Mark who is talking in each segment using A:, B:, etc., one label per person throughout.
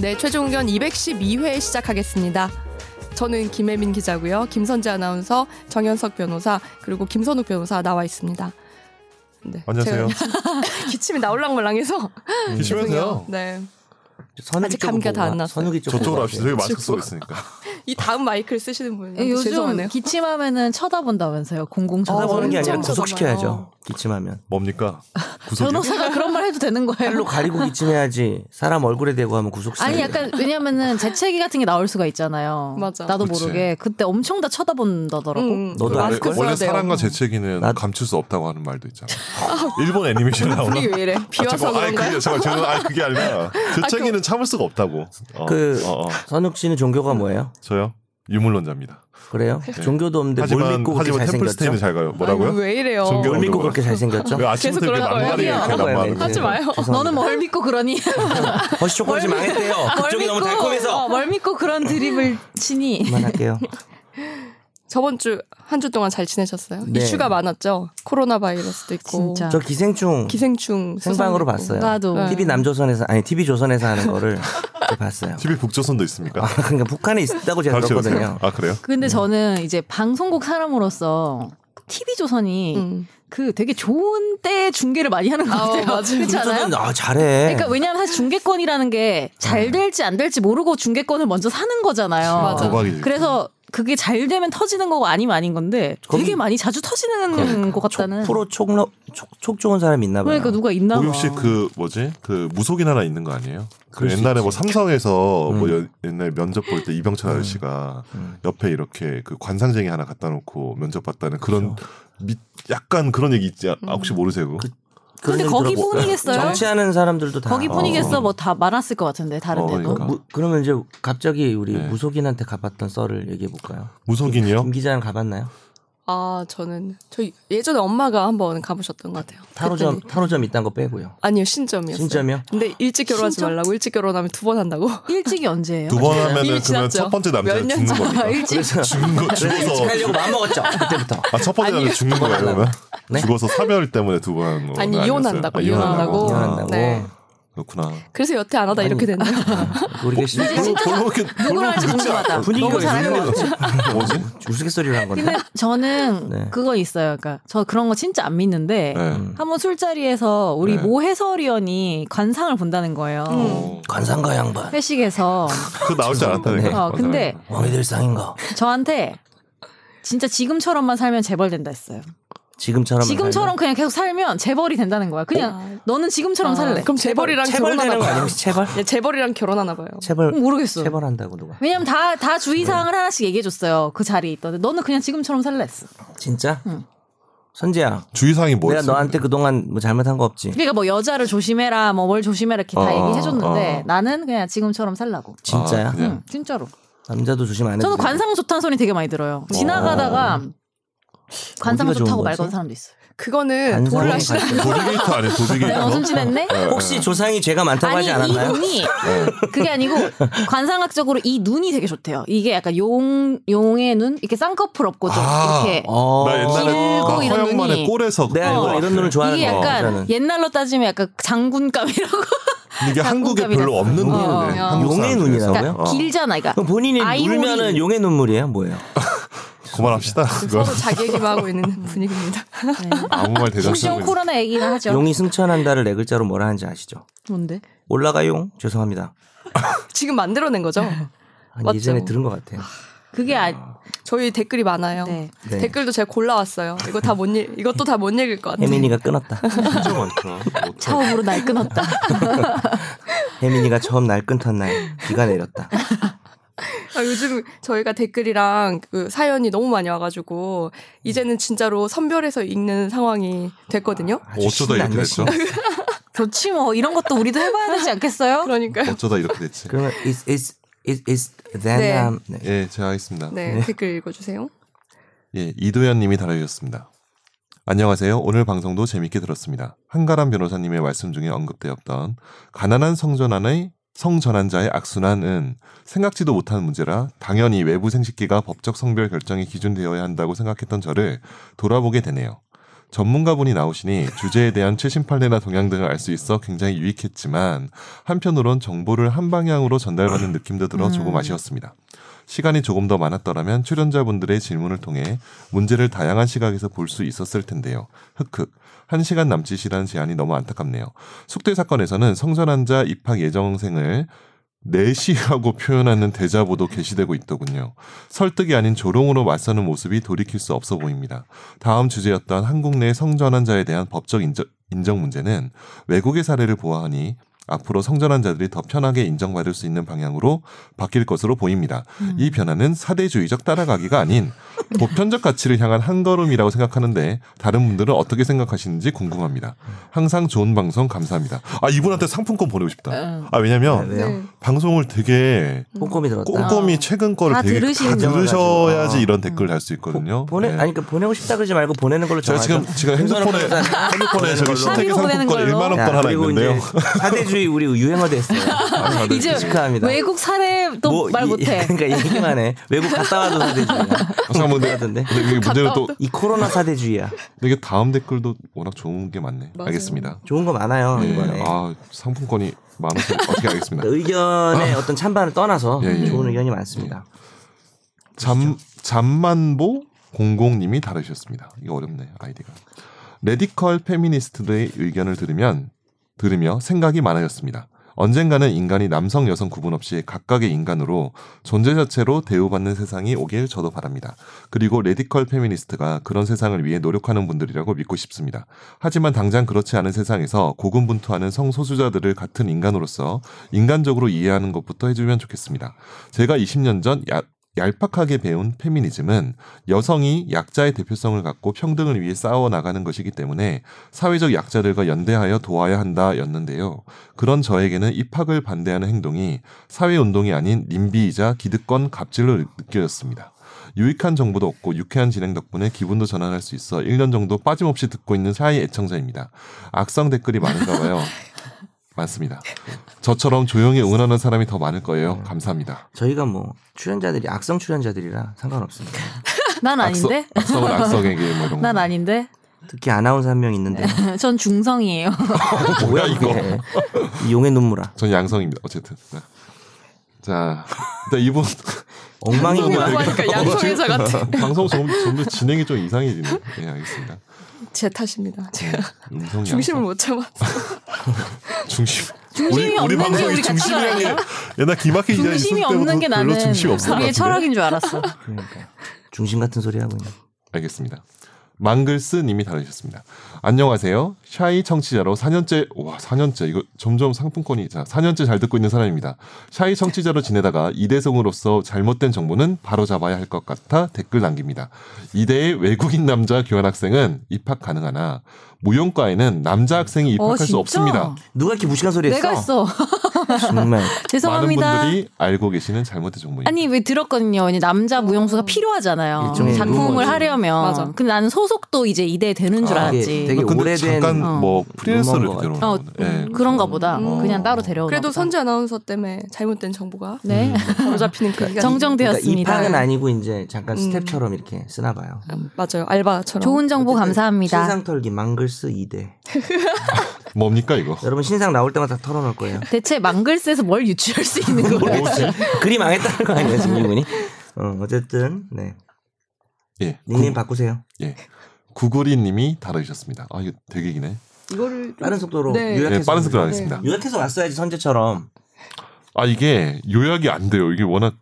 A: 네, 최종 의견 212회 시작하겠습니다. 저는 김혜민 기자고요. 김선재 아나운서, 정현석 변호사, 그리고 김선욱 변호사 나와 있습니다. 네,
B: 안녕하세요. 어. 음.
A: 제가 기침이 나올랑말랑해서
B: 드시면 돼요.
A: 네.
C: 선욱이
A: 아직
C: 쪽으로
A: 감기가 다안
C: 보고 와.
A: 났어요.
C: 선욱이 쪽으로
B: 저쪽으로
C: 보고
B: 합시다. 여기 마스크
A: 지금.
B: 쓰고 있으니까.
A: 이 다음 마이크를 쓰시는 분
D: 예,
C: 예,
D: 요즘
A: 죄송하네요.
D: 기침하면은 쳐다본다면서요 공공
C: 쳐다보는 게 아니라
A: 엄청 쳐다봐요.
C: 구속시켜야죠. 기침하면.
B: 뭡니까? 구석이.
D: 변호사가 그런 말 해도 되는 거예요?
C: 팔로 가리고 기침해야지. 사람 얼굴에 대고 하면 구속시켜.
D: 아니 약간 왜냐면은 재채기 같은 게 나올 수가 있잖아요.
A: 맞아.
D: 나도
B: 그치.
D: 모르게 그때 엄청 다 쳐다본다더라고.
A: 음,
C: 너도
B: 원래,
C: 마스크
B: 원래
A: 써야 돼요.
B: 사랑과 재채기는
C: 나-
B: 감출 수 없다고 하는 말도 있잖아. 일본 애니메이션에 나오는.
A: 우리 왜 이래? 비와서
B: 아니
A: 그런가요?
B: 그게 잠깐 저는 아니 그게 아니라 재채기는 참을 수가 없다고. 어,
C: 그-
B: 어, 어.
C: 선욱 씨는 종교가 뭐예요?
B: 저요 유물론자입니다.
C: 그래요?
A: 네.
C: 종교도 없는데 뭘
B: 하지만
C: 믿고 그렇게
B: 하지만 템플스테인은
C: 잘생겼죠?
B: 잘 가요. 그 뭐라고요?
A: 아니, 왜 이래요?
B: 종교-
C: 뭘 믿고 그렇게 잘생겼죠?
B: 왜 아침부터
A: 계속
B: 이렇게
A: 그럴
B: 낱말이
A: 거예요.
B: 이렇게
A: 하지
B: 낱말하는 거야?
A: 하지 마요. 뭐
D: 너는 뭘 믿고 그러니?
C: 버시 초콜릿이
D: 뭘
C: 망했대요. 그쪽이 너무 달콤해서.
D: 어, 뭘 믿고 그런 드립을
A: 음.
D: 치니?
C: 그만할게요.
A: 저번 주 한 주 동안 잘 지내셨어요?
C: 네.
A: 이슈가 많았죠. 코로나 바이러스도 있고
D: 진짜.
C: 저 기생충
A: 기생충 수상도 있고.
C: 생방으로 봤어요.
D: 나도. 네.
C: TV 남조선에서 아니 TV 조선에서 하는 거를 봤어요.
B: TV 북조선도 있습니까?
C: 아, 그러니까 북한에 있다고 제가
B: 다시
C: 들었거든요.
B: 오세요. 아 그래요?
D: 근데
C: 음.
D: 저는 이제 방송국 사람으로서 TV 조선이
A: 음.
D: 그 되게 좋은 때 중계를 많이 하는 것
A: 아,
D: 같아요.
A: 맞아요.
D: 그렇지 않아요?
C: 아 잘해.
B: 네.
D: 그러니까 왜냐하면 사실 중개권이라는 게 잘 될지 안 될지 모르고 중개권을 먼저 사는 거잖아요.
B: 그렇죠.
A: 맞아.
B: 도박이지.
D: 그래서 그게 잘 되면 터지는 거고 아니면 아닌 건데
C: 거기-
D: 되게 많이 자주 터지는
B: 그러니까
D: 것 같다는.
C: 프로 촉로 촉촉 좋은 사람 이 있나 봐요.
D: 그러니까 누가 있나 봐.
B: 거기 혹시 그 뭐지 그 무속인 하나 있는 거 아니에요? 그
C: 그럴 수
B: 옛날에 뭐 삼성에서
C: 음.
B: 뭐 여- 옛날에 면접 볼 때 이병철 아저씨가
C: 음.
B: 옆에 이렇게 그 관상쟁이 하나 갖다 놓고 면접 봤다는 그런 미- 약간 그런 얘기 있지 아, 혹시 모르세요? 그거?
C: 그런
D: 근데
C: 얘기
D: 거기
C: 들어보-
D: 뿐이겠어요?
C: 정치하는 사람들도 다
D: 거기뿐이겠어
B: 어.
D: 뭐 다 많았을 것 같은데 다른
B: 어,
D: 데도.
B: 그러니까.
C: 무- 그러면 이제 갑자기 우리
B: 네.
C: 무속인한테 가봤던 썰을 얘기해 볼까요? 김
B: 무속인이요?
C: 기자는 가봤나요?
A: 아 저는 저 예전에 엄마가 한번 가보셨던 것 같아요.
C: 타로점
A: 그랬더니-
C: 타로점 있단 거 빼고요.
A: 아니요 신점이었어요.
C: 신점이요?
A: 근데 일찍 결혼하지
D: 신점?
A: 말라고 일찍 결혼하면 두 번 한다고.
D: 일찍이 언제예요? 아,
B: 두 번 하면은
A: 이미
B: 그러면
A: 지났죠.
B: 첫 번째 남자는
A: 몇년
B: 죽는
A: 전.
B: 겁니다.
D: 일찍.
B: 죽는 거 죽어서
C: 하려고 마음 먹었죠 그때부터.
B: 아 첫 번째 남자 죽는 거예요 그러면?
C: 네?
B: 죽어서 사별 때문에 두 번. 하는 거
A: 아니,
B: 아니었어요?
A: 이혼한다고,
B: 아,
A: 이혼한다고.
B: 아,
C: 이혼한다고.
A: 네.
B: 그렇구나. 뭐,
A: 그래서 여태 안 하다 이렇게 됐네요.
C: 우리 계신
D: 뭐,
B: 별로 별로 그렇게 별로
D: 누구랑 할지
B: 그렇지
D: 궁금하다.
B: 않아요.
C: 분위기가
D: 너무 잘하는
C: 왜
D: 것 같아.
C: 음.
B: 뭐지?
C: 우스갯소리를 한 건데.
D: 근데 저는
C: 네.
D: 그거 있어요. 그러니까 저 그런 거 진짜 안 믿는데
B: 네.
C: 음.
D: 한 번 술자리에서 우리
B: 네.
D: 모 해설위원이 관상을 본다는 거예요.
B: 어,
C: 관상가 양반
D: 회식에서
B: 그거 나올 줄 알았다니까.
C: 네.
D: 어,
B: 맞아요.
D: 근데
C: 왕이들 상인가
D: 저한테 진짜 지금처럼만 살면 재벌 된다 했어요.
C: 지금처럼
D: 지금처럼 그냥 계속 살면 재벌이 된다는 거야. 그냥 너는 지금처럼 살래.
A: 어? 아, 그럼 재벌이랑
C: 체벌
A: 결혼하나
C: 되는 거 아니에요?
A: 봐요.
C: 혹시 체벌?
A: 예, 재벌이랑 결혼하나 봐요.
C: 체벌
D: 모르겠어.
C: 체벌한다고 누가?
D: 왜냐면 다, 다 주의사항을 하나씩 얘기해줬어요. 그 자리에 있던데. 너는 그냥 지금처럼 살래 했어.
C: 진짜?
D: 응.
C: 선재야,
B: 주의사항이
C: 내가
B: 뭐였어?
C: 너한테 그동안 뭐 잘못한 거 없지?
D: 그러니까 뭐 여자를 조심해라, 뭐 뭘 조심해라 이렇게 다
B: 어,
D: 얘기해줬는데
B: 어.
D: 나는 그냥 지금처럼 살라고.
C: 진짜야?
B: 아, 그냥
D: 응, 진짜로.
C: 남자도 조심 안 해도
D: 저는
C: 돼.
D: 관상 좋다는 소리 되게 많이 들어요. 지나가다가 관상
C: 어디가 좋은
D: 좋다고
C: 거지?
D: 말 거는 사람도 있어요.
A: 그거는
C: 관상이
A: 돌을 하시다.
C: 관상.
B: 도리게이터 아니에요? 도리게이터.
D: 내가 어순 지냈네?
C: 혹시 조상이 죄가 많다고
D: 아니
C: 하지 않았나요? 네.
D: 이 눈이 그게 아니고 관상학적으로 이 눈이 되게 좋대요. 이게 약간 용 용의 눈 이렇게 쌍꺼풀 없고 좀
B: 아,
D: 이렇게
C: 어.
B: 나 옛날에
D: 길고
B: 나
D: 이런
B: 허영만의
D: 눈이.
B: 꼴에서
C: 네,
B: 그거
C: 뭐 이런 눈을 좋아하는
D: 이게
C: 거.
D: 약간
C: 저는.
D: 옛날로 따지면 약간 장군감이라고
B: 근데 이게 한국에
D: 장군감이라서.
B: 별로 없는
D: 어,
B: 눈인데
A: 어.
B: 한국
C: 용의
B: 사람들 중에서.
C: 눈이라고요? 어.
D: 그러니까 길잖아. 그러니까
C: 그럼 본인이
D: 아이오리.
C: 울면은 용의 눈물이에요, 뭐예요?
B: 어, 그만합시다. 그거
A: 서로 자기 얘기만 하고 있는
D: 음.
A: 분위기입니다.
B: 아무 말 대답하지
D: 네. 심지어
B: 않고
D: 코로나 얘기는 하죠.
C: 용이 승천한다를 네 글자로 뭐라 하는지 아시죠?
D: 뭔데?
C: 올라가용 죄송합니다.
A: 지금 만들어낸 거죠?
C: 아니,
A: 맞죠.
C: 예전에 들은 것 같아요.
D: 그게 아
A: 저희 댓글이 많아요.
D: 네.
C: 네.
A: 댓글도 제가 골라왔어요. 이거 다 못 읽, 이것도 다 못 읽을 것 같아요.
D: 네.
C: 혜민이가 끊었다.
B: 진짜 많더라.
D: 처음으로 날 끊었다.
C: 혜민이가 처음 날 끊던 날 비가 내렸다.
A: 아, 요즘 저희가 댓글이랑 그 사연이 너무 많이 와가지고 이제는 진짜로 선별해서 읽는 상황이 됐거든요.
C: 아주
B: 어쩌다 이렇게
C: 신났네,
B: 됐죠?
C: 신났어.
D: 그렇지 뭐 이런 것도 우리도 해봐야 되지 않겠어요?
A: 그러니까 요
B: 어쩌다 이렇게 됐지.
C: 그러면 is is is is then
A: 네.
C: um, 네.
B: 예, 제가 하겠습니다.
A: 네, 댓글 읽어주세요.
B: 예, 이도현 님이 달아주셨습니다. 안녕하세요. 오늘 방송도 재밌게 들었습니다. 한가람 변호사님의 말씀 중에 언급되었던 가난한 성전환의 성전환자의 악순환은 생각지도 못한 문제라 당연히 외부 생식기가 법적 성별 결정의 기준되어야 한다고 생각했던 저를 돌아보게 되네요. 전문가분이 나오시니 주제에 대한 최신 판례나 동향 등을 알 수 있어 굉장히 유익했지만 한편으론 정보를 한 방향으로 전달받는 느낌도 들어 조금
D: 음.
B: 아쉬웠습니다. 시간이 조금 더 많았더라면 출연자분들의 질문을 통해 문제를 다양한 시각에서 볼 수 있었을 텐데요. 흑흑. 한 시간 남짓이라는 제한이 너무 안타깝네요. 숙대 사건에서는 성전환자 입학 예정생을 네 내시하고 표현하는 대자보도 게시되고 있더군요. 설득이 아닌 조롱으로 맞서는 모습이 돌이킬 수 없어 보입니다. 다음 주제였던 한국 내 성전환자에 대한 법적 인정, 인정 문제는 외국의 사례를 보아하니 앞으로 성전환자들이 더 편하게 인정받을 수 있는 방향으로 바뀔 것으로 보입니다. 이 변화는 사대주의적 따라가기가 아닌 보편적 가치를 향한 한 걸음이라고 생각하는데 다른 분들은 어떻게 생각하시는지 궁금합니다. 항상 좋은 방송 감사합니다. 아 이분한테 상품권 보내고 싶다. 아 왜냐면
C: 왜요?
A: 네.
B: 방송을 되게
C: 꼼꼼히 들었다.
B: 꼼꼼히 최근 거를
D: 아. 다
B: 되게 다
D: 들으시는
B: 들으셔야지
C: 아.
B: 이런 댓글 달 수 있거든요.
C: 보내
B: 네.
C: 아니 그러니까 보내고 싶다 그러지 말고 보내는 걸로
B: 제가
C: 정하죠.
B: 지금 지금 핸드폰에
C: 보내는 걸로.
B: 핸드폰에 저기
C: 걸로.
B: 신세계
D: 사비로 보내는
B: 상품권
D: 걸로.
B: 1만 원권
C: 야,
B: 하나
C: 그리고
B: 있는데요. 아,
C: 이제 사대주의 우리 유행어 됐어요.
D: 이제
C: 축하합니다.
D: 외국 사례도
C: 뭐
D: 말
C: 이-
D: 못해.
C: 그러니까 얘기만 해. 외국 갔다 와도 사대주의야.
B: 잠깐만 근데
C: 하던데.
B: 근데 이게 문제는 또
C: 이 코로나 사대주의야.
B: 이게 다음 댓글도 워낙 좋은 게 많네.
A: 맞아요.
B: 알겠습니다.
C: 좋은 거 많아요
B: 예,
C: 이번에.
B: 아 상품권이 많아서 어떻게 알겠습니다.
C: 그러니까 의견의 어떤 찬반을 떠나서
B: 아. 예, 예.
C: 좋은 의견이 많습니다.
B: 잠 잠만보 공공님이 다루셨습니다. 이거 어렵네 아이디가. 레디컬 페미니스트들의 의견을 들으면 들으며 생각이 많아졌습니다. 언젠가는 인간이 남성 여성 구분 없이 각각의 인간으로 존재 자체로 대우받는 세상이 오길 저도 바랍니다. 그리고 레디컬 페미니스트가 그런 세상을 위해 노력하는 분들이라고 믿고 싶습니다. 하지만 당장 그렇지 않은 세상에서 고군분투하는 성소수자들을 같은 인간으로서 인간적으로 이해하는 것부터 해주면 좋겠습니다. 제가 20년 전 야- 얄팍하게 배운 페미니즘은 여성이 약자의 대표성을 갖고 평등을 위해 싸워 나가는 것이기 때문에 사회적 약자들과 연대하여 도와야 한다였는데요. 그런 저에게는 입학을 반대하는 행동이 사회 운동이 아닌 님비이자 기득권 갑질로 느껴졌습니다. 유익한 정보도 얻고 유쾌한 진행 덕분에 기분도 전환할 수 있어 1년 정도 빠짐없이 듣고 있는 사이 애청자입니다. 악성 댓글이 많은가 봐요. 많습니다. 저처럼 조용히 응원하는 사람이 더 많을 거예요. 감사합니다.
C: 저희가 뭐 출연자들이 악성 출연자들이라 상관없습니다.
D: 난 아닌데.
B: 악성, 악성은 악성에게 뭐 이런
D: 난
B: 거.
D: 아닌데.
C: 특히 아나운서 한 명 있는데
D: 전 중성이에요.
B: 아, 뭐야 이거?
C: 그게. 이 용의 눈물아
B: 전 양성입니다. 어쨌든 네. 자, 일단 이분
A: 양성이라고
C: 엉망이구만.
A: 하니까 양성회사 같아.
B: 방송 좀, 점점 진행이 좀 이상해지네. 네, 알겠습니다.
A: 제 탓입니다. 제가
B: 음성
A: 중심을
B: 양성.
A: 못 잡았어.
B: 중심.
D: 중심이 없는 게
B: 방송이
D: 우리 같이
B: 중심이라는 게 옛날 김학기 기자 있을
D: 중심이 없는
B: 때부터
D: 게
B: 별로
D: 나는
B: 중심이 없을 것 같은데.
D: 우리의 철학인 줄 알았어.
C: 그러니까 중심 같은 소리 하고 있는.
B: 알겠습니다. 망글스님이 다루셨습니다. 안녕하세요. 샤이 청취자로 4년째, 와, 4년째. 이거 점점 상품권이, 자, 4년째 잘 듣고 있는 사람입니다. 샤이 청취자로 지내다가 이대성으로서 잘못된 정보는 바로 잡아야 할 것 같아 댓글 남깁니다. 이대의 외국인 남자 교환학생은 입학 가능하나, 무용과에는 남자 학생이 입학할
D: 어,
B: 수
D: 진짜?
B: 없습니다.
C: 누가 이렇게 무식한 소리 했어?
D: 내가 했어.
C: 정말
D: 죄송합니다.
B: 많은 분들이 알고 계시는 잘못된 정보입니다.
D: 아니 왜 들었거든요. 왜냐 작무용수가 필요하잖아요.
B: 네,
C: 일종의
D: 작품을
C: 의무거지.
D: 하려면.
A: 어. 맞아.
D: 근데 나는 소속도 이제 이대 되는 줄
B: 아,
D: 알았지.
C: 이게 되게
B: 근데
C: 오래된-
B: 잠깐
D: 어.
B: 뭐 프리랜서를
C: 루머인 것
B: 데려오는
D: 어,
B: 거는. 예,
D: 그런가 보다.
A: 음.
D: 그냥 따로 데려오나.
A: 그래도
D: 보다.
A: 선지 아나운서 때문에 잘못된 정보가 음,
D: 네.
A: 바로 잡히니까
C: 그러니까
D: 정정되었습니다.
C: 입학은 아니고 이제 잠깐
A: 음.
C: 스텝처럼 이렇게 쓰나 봐요.
A: 맞아요. 알바처럼.
D: 좋은 정보 감사합니다.
C: 신상 털기 망글스 2대.
B: 그 뭡니까, 이거?
C: 여러분 신상 나올 때마다 다 털어놓을 거예요.
D: 대체 망글스에서 뭘 유추할 수 있는 거예요?
B: 뭐지?
C: 그리 망했다는 거 아니에요, 승민군이? 어, 어쨌든 네
B: 예.
C: 닉네임 바꾸세요.
B: 예. 구구리 님이 다루셨습니다. 아, 이거 되게 기네.
A: 이거를 좀-
C: 빠른 속도로
A: 네.
C: 요약해서
B: 네, 빠른 속도로
C: 보내주세요.
B: 하겠습니다.
C: 요약해서 왔어야지 선제처럼
B: 아, 이게 요약이 안 돼요. 이게 워낙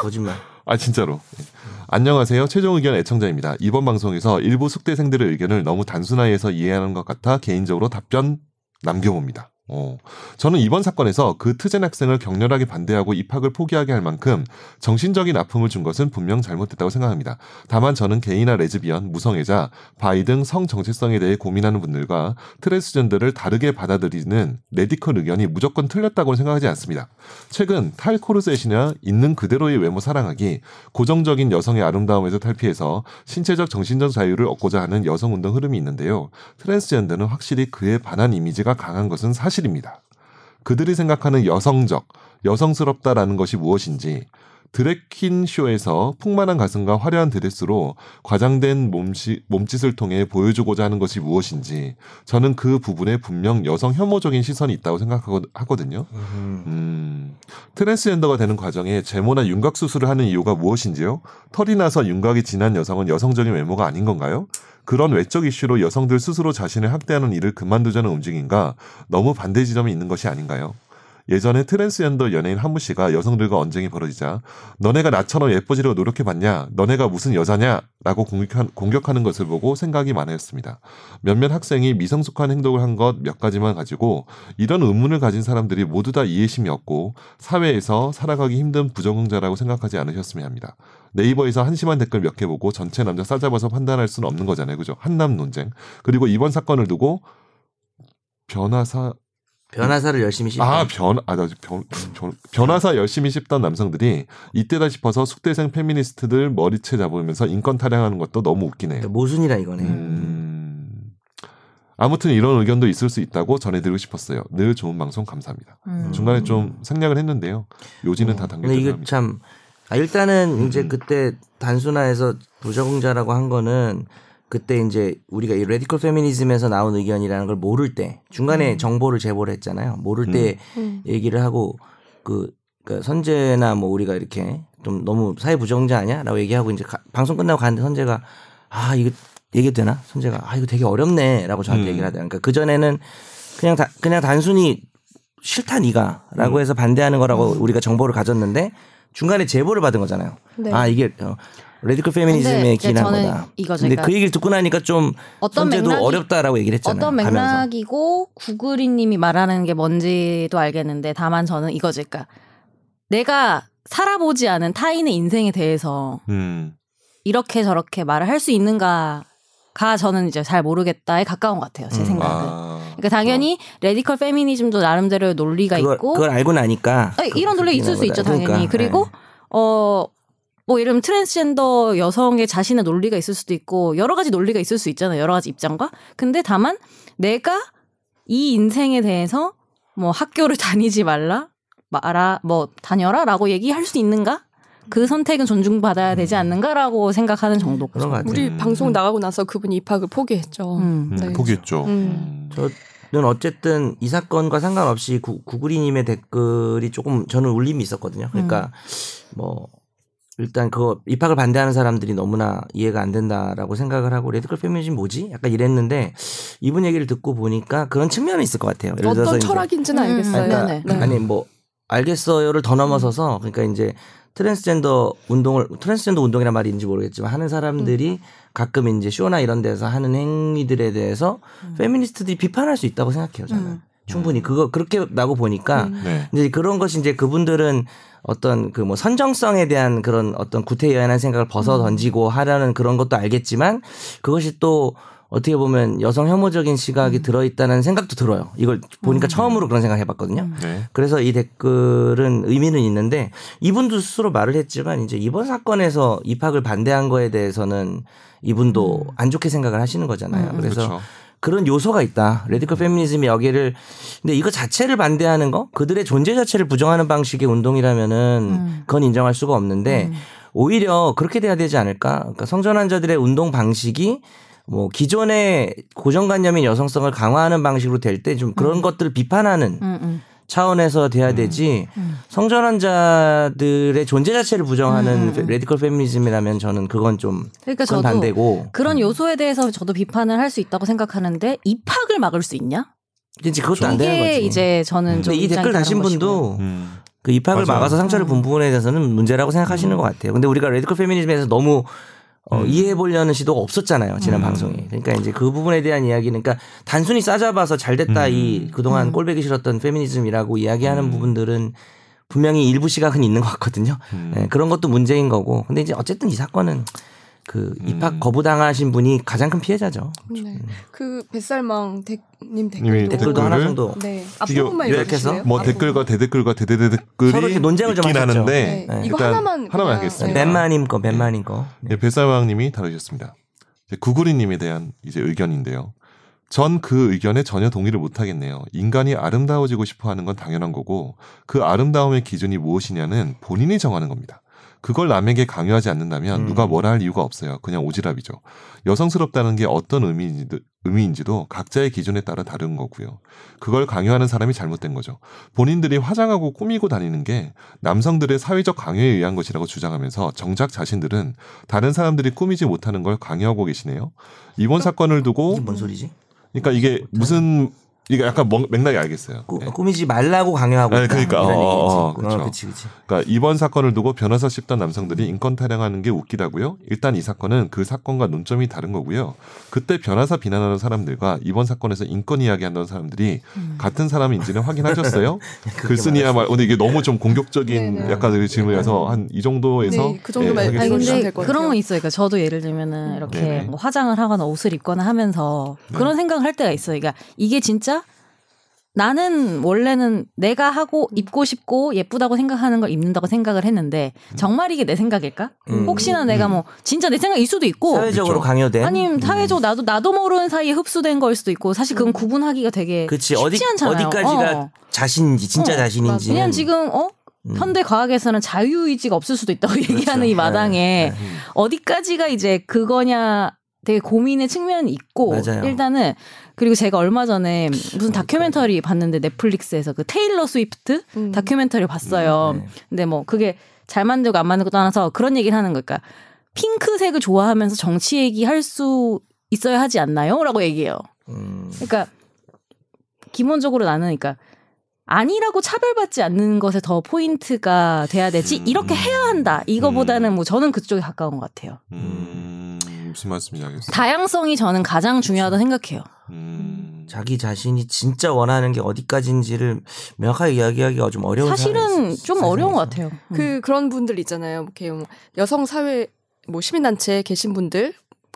C: 거짓말.
B: 아 진짜로 예. 안녕하세요 최종 의견 애청자입니다 이번 방송에서 일부 숙대생들의 의견을 너무 단순하게 해서 이해하는 것 같아 개인적으로 답변 남겨봅니다 어. 저는 이번 사건에서 그 트젠 학생을 격렬하게 반대하고 입학을 포기하게 할 만큼 정신적인 아픔을 준 것은 분명 잘못됐다고 생각합니다. 다만 저는 게이나 레즈비언, 무성애자, 바이 등 성 정체성에 대해 고민하는 분들과 트랜스젠더를 다르게 받아들이는 레디컬 의견이 무조건 틀렸다고 생각하지 않습니다. 최근 탈코르셋이나 있는 그대로의 외모 사랑하기, 고정적인 여성의 아름다움에서 탈피해서 신체적 정신적 자유를 얻고자 하는 여성 운동 흐름이 있는데요. 트랜스젠더는 확실히 그에 반한 이미지가 강한 것은 사실입니다. 그들이 생각하는 여성적, 여성스럽다라는 것이 무엇인지, 드래퀸 쇼에서 풍만한 가슴과 화려한 드레스로 과장된 몸시, 몸짓을 통해 보여주고자 하는 것이 무엇인지 저는 그 부분에 분명 여성 혐오적인 시선이 있다고 생각하거든요.
C: 음.
B: 음, 트랜스젠더가 되는 과정에 제모나 윤곽 수술을 하는 이유가 무엇인지요? 털이 나서 윤곽이 진한 여성은 여성적인 외모가 아닌 건가요? 그런 외적 이슈로 여성들 스스로 자신을 학대하는 일을 그만두자는 움직임과 너무 반대 지점이 있는 것이 아닌가요? 예전에 트랜스젠더 연예인 한무 씨가 여성들과 언쟁이 벌어지자 너네가 나처럼 예뻐지려고 노력해봤냐? 너네가 무슨 여자냐?라고 공격하는 것을 보고 생각이 많아졌습니다. 몇몇 학생이 미성숙한 행동을 한 것 몇 가지만 가지고 이런 의문을 가진 사람들이 모두 다 이해심이 없고 사회에서 살아가기 힘든 부정응자라고 생각하지 않으셨으면 합니다. 네이버에서 한심한 댓글 몇 개 보고 전체 남자 싸잡아서 판단할 수는 없는 거잖아요. 그죠? 한남 논쟁. 그리고 이번 사건을 두고 변화사
C: 변화사를 열심히 씹.
B: 아, 변, 아, 나 지금 변, 변, 변화사 열심히 씹던 남성들이 이때다 싶어서 숙대생 페미니스트들 머리채 잡으면서 인권 타령하는 것도 너무 웃기네요.
C: 그러니까 모순이라 이거네.
B: 음. 아무튼 이런 의견도 있을 수 있다고 전해드리고 싶었어요. 늘 좋은 방송 감사합니다.
D: 음.
B: 중간에 좀 생략을 했는데요. 요지는 다
C: 음. 근데
B: 당겨져
C: 이게
B: 합니다.
C: 참 아, 일단은 이제
B: 음.
C: 그때 단순화해서 부적응자라고 한 거는 그때 이제 우리가 이 레디컬 페미니즘에서 나온 의견이라는 걸 모를 때 중간에 정보를 제보를 했잖아요. 모를 때
A: 음.
C: 얘기를 하고 그 그러니까 선재나 뭐 우리가 이렇게 좀 너무 사회 부정자 아니야라고 얘기하고 이제 가- 방송 끝나고 갔는데 선재가 아 이거 얘기 되나? 선재가 아 이거 되게 어렵네라고 저한테
B: 음.
C: 얘기를 하더라고요. 그러니까 그 전에는 그냥 다 그냥 단순히 싫다 니가라고
D: 음.
C: 해서 반대하는 거라고 우리가 정보를 가졌는데 중간에 제보를 받은 거잖아요.
A: 네.
C: 아 이게 어, 레디컬 페미니즘에
D: 근데
C: 기인한
D: 저는
C: 거다.
D: 이거죠.
C: 근데
D: 그러니까
C: 그 얘기를 듣고 나니까 좀
D: 어떤
C: 선재도
D: 맥락이
C: 어렵다라고 얘기를 했잖아요.
D: 어떤
C: 가면서.
D: 맥락이고 구글이님이 말하는 게 뭔지도 알겠는데 다만 저는 이거지. 그러니까 내가 살아보지 않은 타인의 인생에 대해서
B: 음.
D: 이렇게 저렇게 말을 할 수 있는가가 저는 이제 잘 모르겠다에 가까운 것 같아요. 제
C: 음,
D: 생각은.
B: 아.
D: 그러니까 당연히 레디컬 페미니즘도 나름대로의 논리가
C: 그걸,
D: 있고
C: 그걸 알고 나니까
D: 아니, 이런 논리 있을 수 있죠 당연히.
C: 그러니까,
D: 그리고 어. 뭐 예를 들면 트랜스젠더 여성의 자신의 논리가 있을 수도 있고 여러 가지 논리가 있을 수 있잖아요 여러 가지 입장과 근데 다만 내가 이 인생에 대해서 뭐 학교를 다니지 말라 말아 뭐 다녀라라고 얘기할 수 있는가 그 선택은 존중받아야 되지 않는가라고 생각하는 정도
C: 음. 그런 것 같아요.
A: 우리
B: 음.
A: 방송 나가고 나서 그분이 입학을 포기했죠.
D: 음.
B: 음,
A: 네.
B: 포기했죠.
A: 음.
C: 저- 저는 어쨌든 이 사건과 상관없이 구, 구구리님의 댓글이 조금 저는 울림이 있었거든요. 그러니까
A: 음.
C: 뭐 일단 그거 입학을 반대하는 사람들이 너무나 이해가 안 된다라고 생각을 하고 레드컬 페미니즘 뭐지? 약간 이랬는데 이분 얘기를 듣고 보니까 그런 측면이 있을 것 같아요. 예를 들어서
A: 어떤
C: 이제
A: 철학인지는
D: 음.
A: 알겠어요.
D: 아니,
C: 그러니까
D: 네네.
A: 네. 음.
C: 아니 뭐 알겠어요를 더 넘어서서 그러니까 이제 트랜스젠더 운동을 트랜스젠더 운동이란 말인지 모르겠지만 하는 사람들이
A: 음.
C: 가끔 이제 쇼나 이런 데서 하는 행위들에 대해서
A: 음.
C: 페미니스트들이 비판할 수 있다고 생각해요 저는
D: 음.
C: 충분히 그거 그렇게 나고 보니까
A: 음.
B: 네.
C: 이제 그런 것이 이제 그분들은 어떤 그 뭐 선정성에 대한 그런 어떤 구태여연한 생각을 벗어 던지고 하려는 그런 것도 알겠지만 그것이 또 어떻게 보면 여성 혐오적인 시각이 들어있다는 생각도 들어요. 이걸 보니까 음. 처음으로 그런 생각 해봤거든요.
B: 네.
C: 그래서 이 댓글은 의미는 있는데 이분도 스스로 말을 했지만 이제 이번 사건에서 입학을 반대한 거에 대해서는 이분도 안 좋게 생각을 하시는 거잖아요.
D: 음.
C: 그래서
B: 그렇죠.
C: 그런 요소가 있다. 레디컬 페미니즘이 여기를 근데 이거 자체를 반대하는 거 그들의 존재 자체를 부정하는 방식의 운동이라면은
D: 음.
C: 그건 인정할 수가 없는데 오히려 그렇게 돼야 되지 않을까? 그러니까 성전환자들의 운동 방식이 뭐 기존의 고정관념인 여성성을 강화하는 방식으로 될 때 좀 그런 것들을 비판하는
D: 음, 음.
C: 차원에서 돼야 되지
D: 음.
C: 성전환자들의 존재 자체를 부정하는
D: 음, 음, 음.
C: 레디컬 페미니즘이라면 저는 그건 좀
D: 그러니까
C: 그건
D: 저도
C: 반대고
D: 그런 요소에 대해서 저도 비판을 할 수 있다고 생각하는데 입학을 막을 수 있냐?
C: 이제 그것도 안 되는
D: 이게
C: 거지. 음.
D: 이제 저는 좀
C: 근데 이
D: 입장이
C: 댓글
D: 다른
C: 다신
D: 것이고요. 음.
C: 분도
B: 음.
C: 그 입학을
B: 맞아요.
C: 막아서 상처를 본 부분에 대해서는 문제라고 생각하시는 것 같아요. 근데 우리가 레디컬 페미니즘에서 너무 어,
B: 음.
C: 이해해 보려는 시도가 없었잖아요.
D: 음.
C: 지난 방송에. 그러니까 이제 그 부분에 대한 이야기는 그러니까 단순히 싸잡아서 잘 됐다
B: 음.
C: 이
D: 음.
C: 그동안 꼴배기 싫었던 페미니즘이라고 이야기하는 부분들은 분명히 일부 시각은 있는 것 같거든요.
B: 음.
C: 네, 그런 것도 문제인 거고. 근데 이제 어쨌든 이 사건은 그
B: 음.
C: 입학 거부당하신 분이 가장 큰 피해자죠.
A: 네. 그 뱃살망 대, 님 댓글도,
B: 님이
C: 댓글도
B: 댓글을
C: 하나 정도
A: 네.
B: 지금
A: 앞부분만
C: 요약해서
A: 읽어주실래요?
B: 뭐
A: 앞부분.
B: 댓글과 대댓글과
C: 아, 서로
B: 대대댓글이
C: 이렇게 논쟁을 좀
B: 있긴
C: 하셨죠.
B: 하는데
A: 네. 이거
B: 일단
A: 하나만
B: 하나만
A: 그냥-
B: 하겠습니다.
A: 네.
C: 맨마님 거, 맨마님 거.
B: 예, 뱃살왕님이 다루셨습니다. 이제 구구리님에 대한 이제 의견인데요. 전 그 의견에 전혀 동의를 못하겠네요. 인간이 아름다워지고 싶어 하는 건 당연한 거고, 그 아름다움의 기준이 무엇이냐는 본인이 정하는 겁니다. 그걸 남에게 강요하지 않는다면
C: 음.
B: 누가 뭐라 할 이유가 없어요. 그냥 오지랖이죠. 여성스럽다는 게 어떤 의미인지도, 의미인지도 각자의 기준에 따라 다른 거고요. 그걸 강요하는 사람이 잘못된 거죠. 본인들이 화장하고 꾸미고 다니는 게 남성들의 사회적 강요에 의한 것이라고 주장하면서 정작 자신들은 다른 사람들이 꾸미지 못하는 걸 강요하고 계시네요. 어? 이번 사건을 두고
C: 이게 뭔 소리지?
B: 그러니까 이게 무슨 이게 약간 멍- 맥락이 알겠어요.
C: 꾸,
B: 예.
C: 꾸미지 말라고 강요하고
B: 네,
C: 있다.
B: 그러니까.
C: 이런
B: 어,
C: 얘기지.
B: 어, 어, 그렇죠.
C: 어, 그치, 그치.
B: 그러니까 이번 사건을 두고 변호사 씹던 남성들이 인권 타령하는 게 웃기다고요? 일단 이 사건은 그 사건과 논점이 다른 거고요. 그때 변호사 비난하는 사람들과 이번 사건에서 인권 이야기하는 사람들이
A: 음.
B: 같은 사람인지는 확인하셨어요? 글쓴이야 말 오늘 이게 너무 좀 공격적인
A: 네, 네.
B: 약간 그 질문이어서 한 이 정도에서
A: 네, 그 정도만
B: 예,
A: 알겠습니다.
D: 아니
B: 하겠습니다.
D: 근데
A: 될것
D: 그런
A: 같아요.
D: 건 있어요. 그러니까 저도 예를 들면은 이렇게
B: 네네.
D: 뭐 화장을 하거나 옷을 입거나 하면서
C: 네.
D: 그런 생각을 할 때가 있어요. 그러니까 이게 진짜 나는 원래는 내가 하고 입고 싶고 예쁘다고 생각하는 걸 입는다고 생각을 했는데 정말 이게 내 생각일까?
C: 음.
D: 혹시나 내가 뭐 진짜 내 생각일 수도 있고
C: 사회적으로
B: 그렇죠.
C: 강요된. 음,
D: 아니면 사회적 나도 나도 모르는 사이에 흡수된 거일 수도 있고 사실 그건 구분하기가 되게
C: 그치
D: 쉽지
C: 어디
D: 않잖아요.
C: 어디까지가 음.
D: 어.
C: 자신인지 진짜
D: 어,
C: 자신인지. 음.
D: 그냥 지금 어 현대 과학에서는 자유의지가 없을 수도 있다고
C: 그렇죠.
D: 얘기하는 이
C: 네.
D: 마당에 어디까지가 이제 그거냐 되게 고민의 측면이 있고
C: 맞아요. 아,
D: 일단은 그리고 제가 얼마 전에 무슨 다큐멘터리 봤는데 넷플릭스에서 그 테일러 스위프트
A: 음.
D: 다큐멘터리 봤어요.
C: 음, 네.
D: 근데 뭐 그게 잘 만들고 안 만든 것도 하나서 그런 얘기를 하는 걸까? 핑크색을 좋아하면서 정치 얘기 할 수 있어야 하지 않나요?라고 얘기해요.
C: 음.
D: 그러니까 기본적으로 나는 그러니까 아니라고 차별받지 않는 것에 더 포인트가 돼야 되지
B: 음.
D: 이렇게 해야 한다 이거보다는 뭐 저는 그쪽에 가까운 것 같아요
B: 음, 무슨 말씀인지 알겠어요.
D: 다양성이 저는 가장 중요하다고 생각해요
B: 음,
C: 자기 자신이 진짜 원하는 게 어디까지인지를 명확하게 이야기하기가 좀 어려운 상황이
D: 사실은
C: 있어요.
D: 좀 어려운 것
C: 세상에서.
D: 같아요 음.
A: 그 그런 분들 있잖아요. 이렇게 뭐 여성 사회 뭐 시민단체 계신 분들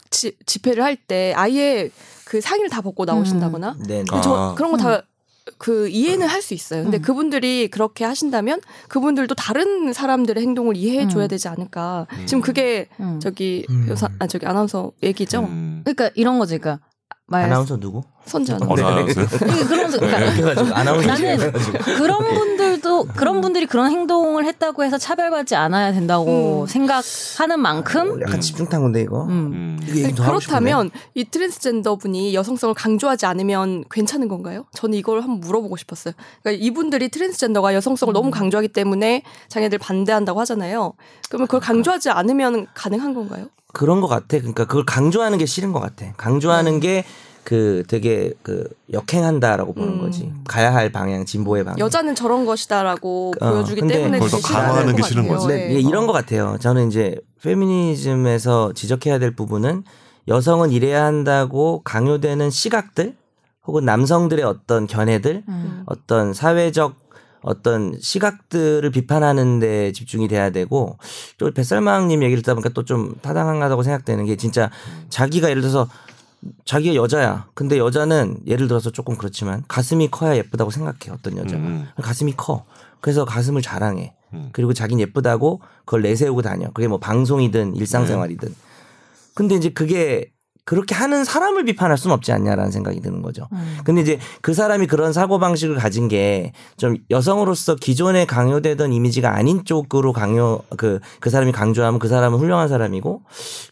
A: 지- 집회를 할 때 아예 그 상의를 다 벗고 나오신다거나
C: 네.
B: 아.
C: 네.
A: 저 그런 거 다 그 이해는 할 수 있어요. 근데
D: 음.
A: 그분들이 그렇게 하신다면 그분들도 다른 사람들의 행동을 이해해 줘야
D: 음.
A: 되지 않을까.
B: 음.
A: 지금 그게
D: 음.
A: 저기
C: 음.
A: 변호사- 아 저기 아나운서 얘기죠.
B: 음.
D: 그러니까 이런 거지 그러니까 말
C: 아나운서 네. 누구?
A: 선전.
B: 어, 나 알았어요.
D: 그러니까 그런 거지 그러니까
B: 네.
C: 그래가지고 아나운서
D: 나는
C: 해가지고.
D: 그런 분들도 그런 분들이 그런 행동을 했다고 해서 차별받지 않아야 된다고
A: 음.
D: 생각하는 만큼
C: 어, 약간 집중탐구인데 이거.
D: 음.
B: 음.
C: 이거 얘기 더 하고
A: 네, 그렇다면 이 트랜스젠더 분이 여성성을 강조하지 않으면 괜찮은 건가요? 저는 이걸 한번 물어보고 싶었어요. 그러니까 이분들이 트랜스젠더가 여성성을
B: 음.
A: 너무 강조하기 때문에 자기들 반대한다고 하잖아요. 그러면 그걸 강조하지 않으면 가능한 건가요?
C: 그런 것 같아. 그러니까 그걸 강조하는 게 싫은 것 같아.
A: 음.
C: 강조하는 게 그 되게 그 역행한다라고 보는
A: 음.
C: 거지. 가야 할 방향, 진보의 방향.
A: 여자는 저런 것이다라고
C: 어,
A: 보여주기
C: 근데
A: 때문에
B: 아. 그걸 더
A: 되게 싫어하는
B: 강화하는 게
A: 것
B: 싫은
A: 같아요.
B: 거지.
A: 예.
C: 근데 네, 이게 이런 것 같아요. 저는 이제 페미니즘에서 지적해야 될 부분은 여성은 이래야 한다고 강요되는 시각들 혹은 남성들의 어떤 견해들
D: 음.
C: 어떤 사회적 어떤 시각들을 비판하는데 집중이 돼야 되고 또 뱃살망님 얘기를 듣다 보니까 또 좀 타당하다고 생각되는 게 진짜 자기가 예를 들어서 자기가 여자야. 근데 여자는 예를 들어서 조금 그렇지만 가슴이 커야 예쁘다고 생각해 어떤 여자가
B: 음.
C: 가슴이 커. 그래서 가슴을 자랑해.
B: 음.
C: 그리고 자기는 예쁘다고 그걸 내세우고 다녀. 그게 뭐 방송이든 일상생활이든.
B: 음.
C: 근데 이제 그게 그렇게 하는 사람을 비판할 수는 없지 않냐라는 생각이 드는 거죠.
D: 음.
C: 근데 이제 그 사람이 그런 사고 방식을 가진 게 좀 여성으로서 기존에 강요되던 이미지가 아닌 쪽으로 강요 그 그 사람이 강조하면 그 사람은 훌륭한 사람이고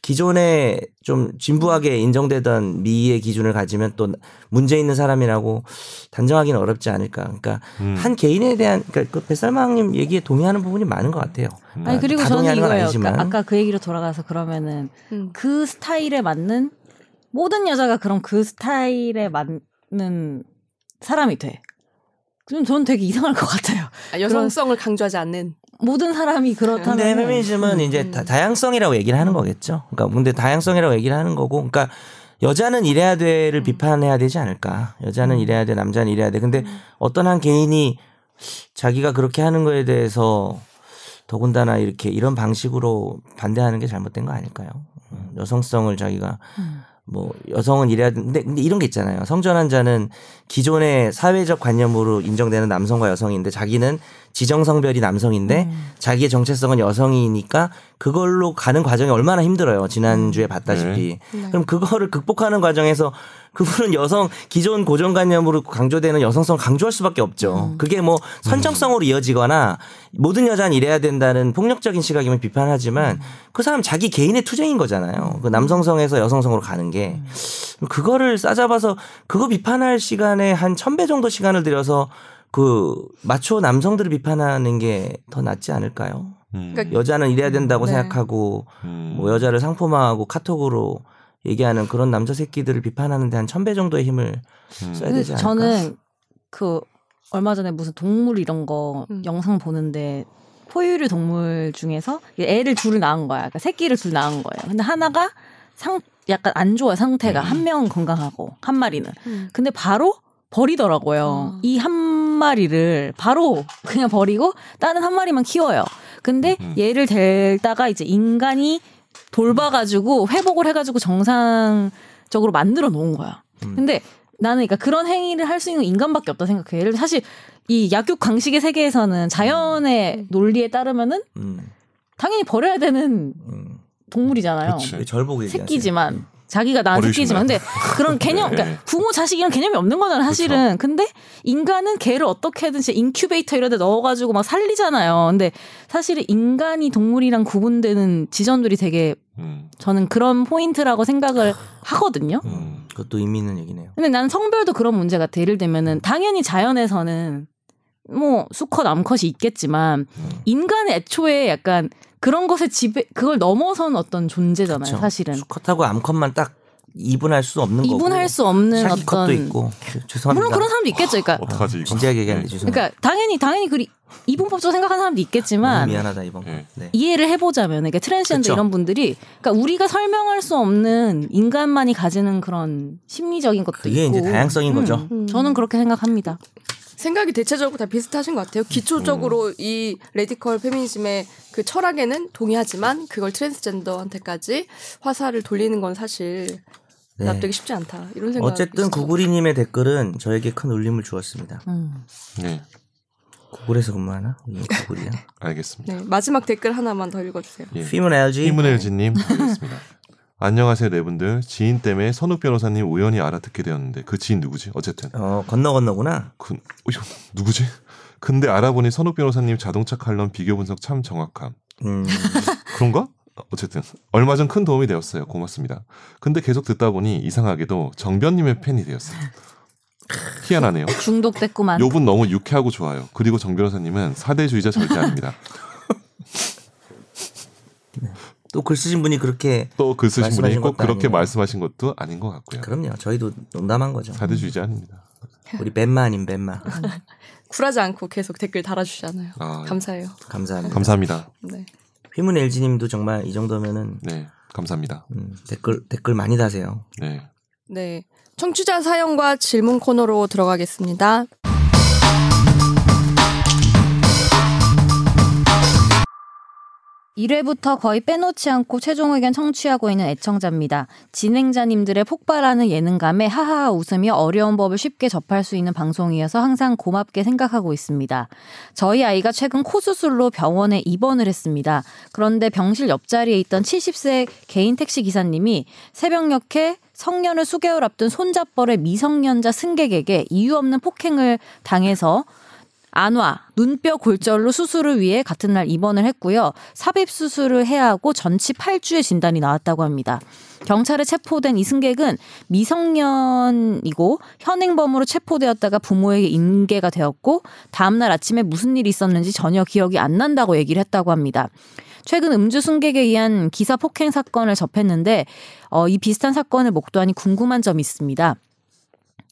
C: 기존에 좀 진부하게 인정되던 미의 기준을 가지면 또 문제 있는 사람이라고 단정하기는 어렵지 않을까. 그러니까
B: 음.
C: 한 개인에 대한 그러니까 그 뱃살망님 얘기에 동의하는 부분이 많은 것 같아요.
D: 아니 그리고
C: 다
D: 저는
C: 동의하는 건
D: 이거예요.
C: 아니지만.
D: 그러니까 아까 그 얘기로 돌아가서 그러면은
A: 음.
D: 그 스타일에 맞는 모든 여자가 그럼 그 스타일에 맞는 사람이 돼. 그럼 저는 되게 이상할 것 같아요.
A: 아, 여성성을 강조하지 않는.
D: 모든 사람이 네.
C: 근데
D: 그렇다면
C: 페미니즘은 네, 이제 다, 다양성이라고 얘기를 하는 거겠죠. 그러니까 근데 다양성이라고 얘기를 하는 거고, 그러니까 여자는 이래야
D: 음.
C: 돼를 비판해야 되지 않을까. 여자는 이래야 돼, 남자는 이래야 돼. 근데
D: 음.
C: 어떤 한 개인이 자기가 그렇게 하는 거에 대해서 더군다나 이렇게 이런 방식으로 반대하는 게 잘못된 거 아닐까요? 음, 여성성을 자기가 뭐 여성은 이래야 되는데 근데 이런 게 있잖아요. 성전환자는 기존의 사회적 관념으로 인정되는 남성과 여성인데 자기는 지정성별이 남성인데 자기의 정체성은 여성이니까 그걸로 가는 과정이 얼마나 힘들어요. 지난주에 봤다시피. 그럼 그거를 극복하는 과정에서 그분은 여성 기존 고정관념으로 강조되는 여성성 을 강조할 수밖에 없죠. 그게 뭐 선정성으로 이어지거나 모든 여자는 이래야 된다는 폭력적인 시각이면 비판하지만 그 사람 자기 개인의 투쟁인 거잖아요. 그 남성성에서 여성성으로 가는 게 그거를 싸잡아서 그거 비판할 시간에 한 천 배 정도 시간을 들여서 그 마초 남성들을 비판하는 게 더 낫지 않을까요?
B: 음.
A: 그러니까-
C: 여자는 이래야 된다고
A: 네.
C: 생각하고
B: 음.
C: 뭐 여자를 상품화하고 카톡으로 얘기하는 그런 남자 새끼들을 비판하는데 한 천 배 정도의 힘을
B: 음.
C: 써야 되지 않을까?
D: 저는 그 얼마 전에 무슨 동물 이런 거
A: 음.
D: 영상 보는데 포유류 동물 중에서 애를 둘을 낳은 거야. 그러니까 새끼를 둘 낳은 거예요. 근데 하나가 상 약간 안 좋아
C: 음.
D: 상태가 한 명은 건강하고 한 마리는. 근데 바로 버리더라고요.
A: 아.
D: 이 한 마리를 바로 그냥 버리고 다른 한 마리만 키워요. 근데
B: 음.
D: 얘를 데다가 이제 인간이 돌봐가지고 회복을 해가지고 정상적으로 만들어 놓은 거야.
C: 음.
D: 근데 나는 그러니까 그런 행위를 할 수 있는 인간밖에 없다 생각해. 예를 들어 사실 이 약육 강식의 세계에서는 자연의
A: 음.
D: 논리에 따르면은
C: 음,
D: 당연히 버려야 되는
C: 음.
D: 동물이잖아요.
B: 그치.
C: 왜 저를 보고 얘기하세요? 음.
D: 새끼지만 자기가 낳은
B: 버리고
D: 새끼지만 근데 그런
C: 네.
D: 개념 그러니까 부모 자식 이런 개념이 없는 거잖아요
C: 그렇죠.
D: 사실은 근데 인간은 개를 어떻게든 진짜 인큐베이터 이런 데 넣어가지고 막 살리잖아요 근데 사실은 인간이 동물이랑 구분되는 지점들이 되게
B: 음.
D: 저는 그런 포인트라고 생각을 하거든요
B: 음.
C: 그것도 의미 있는 얘기네요.
D: 근데 나는 성별도 그런 문제 같아 예를 들면은 당연히 자연에서는 뭐 수컷 암컷이 있겠지만
B: 음.
D: 인간은 애초에 약간 그런 것에 지배 그걸 넘어선 어떤 존재잖아요
C: 그쵸.
D: 사실은
C: 수컷하고 암컷만 딱 이분할 수 없는 거고.
D: 이분할 수 없는
C: 샤기컷도
D: 어떤
C: 있고. 죄- 죄송합니다. 그렇죠.
D: 물론 그런 사람도 있겠죠. 그러니까,
B: 아, 어떡하지 이거?
C: 진지하게 얘기하는데
B: 예.
C: 죄송합니다.
D: 그러니까 당연히 당연히 그 이분법적으로 생각하는 사람도
C: 너무
D: 있겠지만
C: 미안하다 이번 거.
B: 예.
C: 네.
D: 이해를 해보자면 그러니까 트랜스젠더
C: 그쵸.
D: 이런 분들이 그러니까 우리가 설명할 수 없는 인간만이 가지는 그런 심리적인 것도
C: 그게
D: 있고
C: 이제 다양성인 거죠.
A: 음.
D: 저는 그렇게 생각합니다.
A: 생각이 대체적으로 다 비슷하신 것 같아요. 기초적으로
C: 음.
A: 이 레디컬 페미니즘의 그 철학에는 동의하지만 그걸 트랜스젠더한테까지 화살을 돌리는 건 사실
C: 네.
A: 납득이 쉽지 않다. 이런 생각.
C: 어쨌든 구구리님의 댓글은 저에게 큰 울림을 주었습니다.
D: 음.
B: 예.
C: 구글에서 근무하나? 예, 구글이야.
B: 알겠습니다.
A: 네, 마지막 댓글 하나만 더 읽어주세요.
B: 예.
C: 휘문 LG.
B: 희문엘지님 알겠습니다. 안녕하세요, 네분들. 지인 때문에 선욱 변호사님 우연히 알아듣게 되었는데 그 지인 누구지? 어쨌든
C: 어 건너 건너구나.
B: 그, 어이, 누구지? 근데 알아보니 선욱 변호사님 자동차 칼럼 비교 분석 참 정확함.
C: 음.
B: 그런가? 어쨌든 얼마 전 큰 도움이 되었어요. 고맙습니다. 근데 계속 듣다 보니 이상하게도 정변님의 팬이 되었어요. 희한하네요.
D: 중독됐구만.
B: 요분 너무 유쾌하고 좋아요. 그리고 정 변호사님은 사대주의자 절대 아닙니다.
C: 또 글 쓰신 분이 그렇게
B: 또 글 쓰신 분이
C: 말씀하신
B: 꼭
C: 것도
B: 그렇게
C: 아니에요.
B: 말씀하신 것도 아닌 것 같고요.
C: 그럼요. 저희도 농담한 거죠.
B: 사대주의자 아닙니다.
C: 우리 뱀마 아닌 뱀마.
A: 굴하지 않고 계속 댓글 달아주시잖아요.
C: 예.
B: 아,
A: 감사해요.
C: 감사합니다.
B: 감사합니다.
A: 네.
C: 휘문 LG님도 정말 이 정도면은
B: 네, 감사합니다.
C: 음, 댓글 댓글 많이 다세요.
B: 네.
A: 네. 청취자 사연과 질문 코너로 들어가겠습니다.
D: 일회부터 거의 빼놓지 않고 최종 의견 청취하고 있는 애청자입니다. 진행자님들의 폭발하는 예능감에 하하하 웃으며 어려운 법을 쉽게 접할 수 있는 방송이어서 항상 고맙게 생각하고 있습니다. 저희 아이가 최근 코 수술로 병원에 입원을 했습니다. 그런데 병실 옆자리에 있던 70세 개인 택시 기사님이 새벽녘에 성년을 수개월 앞둔 손잡벌의 미성년자 승객에게 이유 없는 폭행을 당해서 안화, 눈뼈 골절로 수술을 위해 같은 날 입원을 했고요. 삽입 수술을 해야 하고 전치 8주의 진단이 나왔다고 합니다. 경찰에 체포된 이 승객은 미성년이고 현행범으로 체포되었다가 부모에게 인계가 되었고 다음날 아침에 무슨 일이 있었는지 전혀 기억이 안 난다고 얘기를 했다고 합니다. 최근 음주 승객에 의한 기사 폭행 사건을 접했는데 어, 이 비슷한 사건을 목도하니 궁금한 점이 있습니다.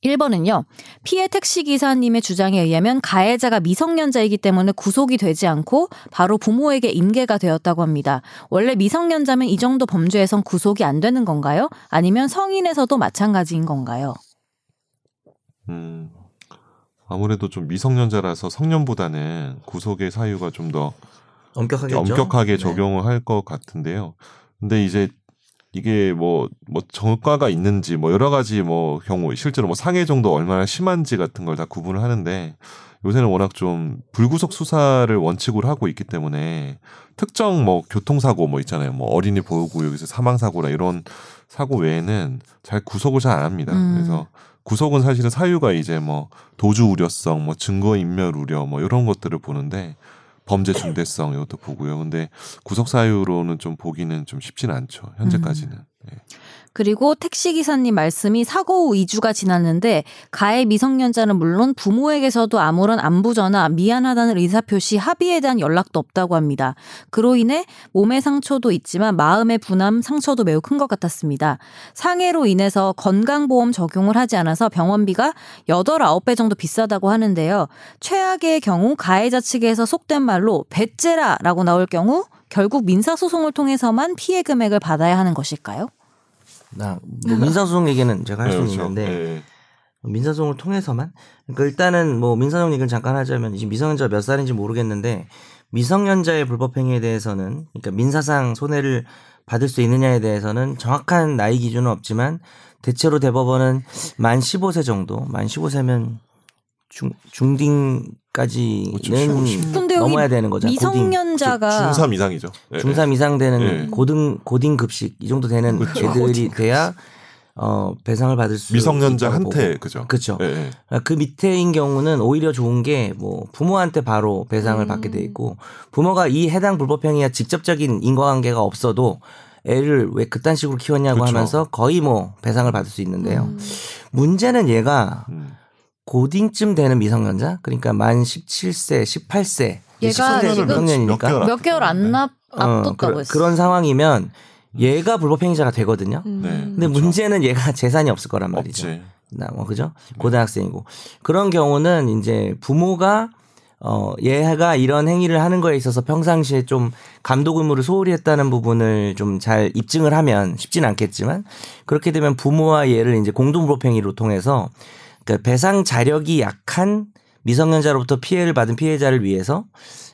D: 1번은요. 피해 택시 기사님의 주장에 의하면 가해자가 미성년자이기 때문에 구속이 되지 않고 바로 부모에게 인계가 되었다고 합니다. 원래 미성년자면 이 정도 범죄에선 구속이 안 되는 건가요? 아니면 성인에서도 마찬가지인 건가요?
B: 음, 아무래도 좀 미성년자라서 성년보다는 구속의 사유가 좀 더
C: 엄격하게
B: 엄격하게
C: 네.
B: 적용을 할 것 같은데요. 근데 이제 이게 뭐, 뭐 정가가 있는지 뭐 여러 가지 뭐 경우 실제로 뭐 상해 정도 얼마나 심한지 같은 걸 다 구분을 하는데 요새는 워낙 좀 불구속 수사를 원칙으로 하고 있기 때문에 특정 뭐 교통사고 뭐 있잖아요. 뭐 어린이 보호구역에서 사망사고나 이런 사고 외에는 잘 구속을 잘 안 합니다.
D: 음.
B: 그래서 구속은 사실은 사유가 이제 뭐 도주 우려성, 뭐 증거 인멸 우려 뭐 이런 것들을 보는데 범죄 중대성 이것도 보고요. 근데 구속 사유로는 좀 보기는 좀 쉽진 않죠. 현재까지는. 예.
D: 그리고 택시기사님 말씀이 사고 후 2주가 지났는데 가해 미성년자는 물론 부모에게서도 아무런 안부전화 미안하다는 의사표시 합의에 대한 연락도 없다고 합니다. 그로 인해 몸의 상처도 있지만 마음의 분함 상처도 매우 큰 것 같았습니다. 상해로 인해서 건강보험 적용을 하지 않아서 병원비가 8, 9배 정도 비싸다고 하는데요. 최악의 경우 가해자 측에서 속된 말로 배째라 라고 나올 경우 결국 민사소송을 통해서만 피해 금액을 받아야 하는 것일까요?
C: 나, 뭐 민사소송 얘기는 제가 할
B: 네,
C: 수는
B: 그렇죠.
C: 있는데
B: 예.
C: 민사소송을 통해서만 그러니까 일단은 뭐 민사소송 얘기를 잠깐 하자면 지금 미성년자 몇 살인지 모르겠는데 미성년자의 불법행위에 대해서는 그러니까 민사상 손해를 받을 수 있느냐에 대해서는 정확한 나이 기준은 없지만 대체로 대법원은 만 15세 정도 만 15세면 중 중딩까지는
B: 그렇죠. 15,
D: 근데 여기
C: 넘어야 되는 거죠. 고딩.
D: 미성년자가
B: 중3 이상이죠. 예.
C: 중삼 이상 되는
B: 예.
C: 고등 고딩 급식 이 정도 되는
B: 그렇죠.
C: 애들이 돼야 어 배상을 받을 수
B: 예. 미성년자한테 그죠.
C: 그렇죠.
B: 예, 예.
C: 그 밑에인 경우는 오히려 좋은 게 뭐 부모한테 바로 배상을
D: 음.
C: 받게 돼 있고 부모가 이 해당 불법행위와 직접적인 인과관계가 없어도 애를 왜 그딴 식으로 키웠냐고
B: 그렇죠.
C: 하면서 거의 뭐 배상을 받을 수 있는데요.
D: 음.
C: 문제는 얘가
B: 음.
C: 고딩쯤 되는 미성년자 그러니까 만 17세, 18세
D: 얘가
B: 성년을
D: 지금
B: 몇 개월
D: 몇 개월
B: 네.
D: 안 납,
C: 어,
D: 앞뒀다고
C: 그,
D: 했어.
C: 그런 상황이면 얘가 불법행위자가 되거든요.
A: 음.
D: 음.
A: 네.
C: 근데
B: 그렇죠.
C: 문제는 얘가 재산이 없을 거란 말이죠.
B: 없지.
C: 나뭐 그죠? 고등학생이고 그런 경우는 이제 부모가 어 얘가 이런 행위를 하는 거에 있어서 평상시에 좀 감독 의무를 소홀히 했다는 부분을 좀 잘 입증을 하면 쉽진 않겠지만 그렇게 되면 부모와 얘를 이제 공동 불법행위로 통해서 그 배상 자력이 약한 미성년자로부터 피해를 받은 피해자를 위해서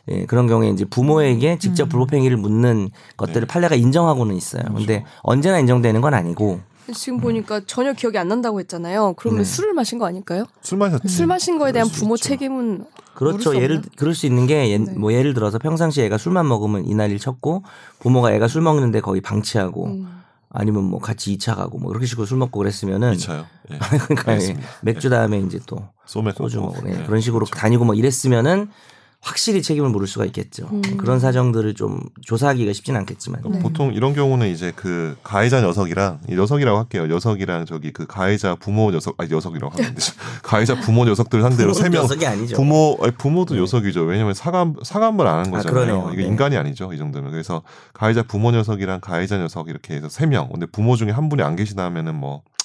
C: 예, 그런 경우에 이제 부모에게 직접 불법행위를 묻는 것들을
B: 네.
C: 판례가 인정하고는 있어요. 근데 언제나 인정되는 건 아니고
A: 지금 보니까 전혀 기억이 안 난다고 했잖아요. 그러면
C: 네.
A: 술을 마신 거 아닐까요?
B: 술 마셨지.
A: 술 마신 거에
B: 그럴
A: 대한
B: 수
A: 부모
B: 있죠.
A: 책임은 모를
C: 그렇죠.
A: 수
C: 예를
A: 없나?
C: 그럴 수 있는 게
A: 네.
C: 뭐 예를 들어서 평상시 에 애가 술만 먹으면 이날일 쳤고 부모가 애가 술 먹는데 거의 방치하고
A: 음.
C: 아니면 뭐 같이 2차 가고 뭐 그렇게 식으로 술 먹고 그랬으면은
B: 2차요. 예.
C: 그러니까 예,
B: 알겠습니다.
C: 맥주 다음에 이제 또
B: 소맥
C: 소주 먹고 예,
B: 예.
C: 그런 식으로 다니고 뭐 이랬으면은 확실히 책임을 물을 수가 있겠죠.
A: 음.
C: 그런 사정들을 좀 조사하기가 쉽진 않겠지만
A: 네.
B: 보통 이런 경우는 이제 그 가해자 녀석이랑 이 녀석이라고 할게요. 녀석이랑 저기 그 가해자 부모 녀석 아니 녀석이라고 하면 되죠. 가해자 부모 녀석들 상대로 세 명
C: 녀석이 아니죠. 네.
B: 부모 아니, 부모도 녀석이죠. 왜냐면 사감 사감을 안 한
C: 아,
B: 거잖아요.
C: 그러네요.
B: 이게
C: 네.
B: 인간이 아니죠. 이 정도면. 그래서 가해자 부모 녀석이랑 가해자 녀석 이렇게 해서 세 명. 근데 부모 중에 한 분이 안 계시다면은 뭐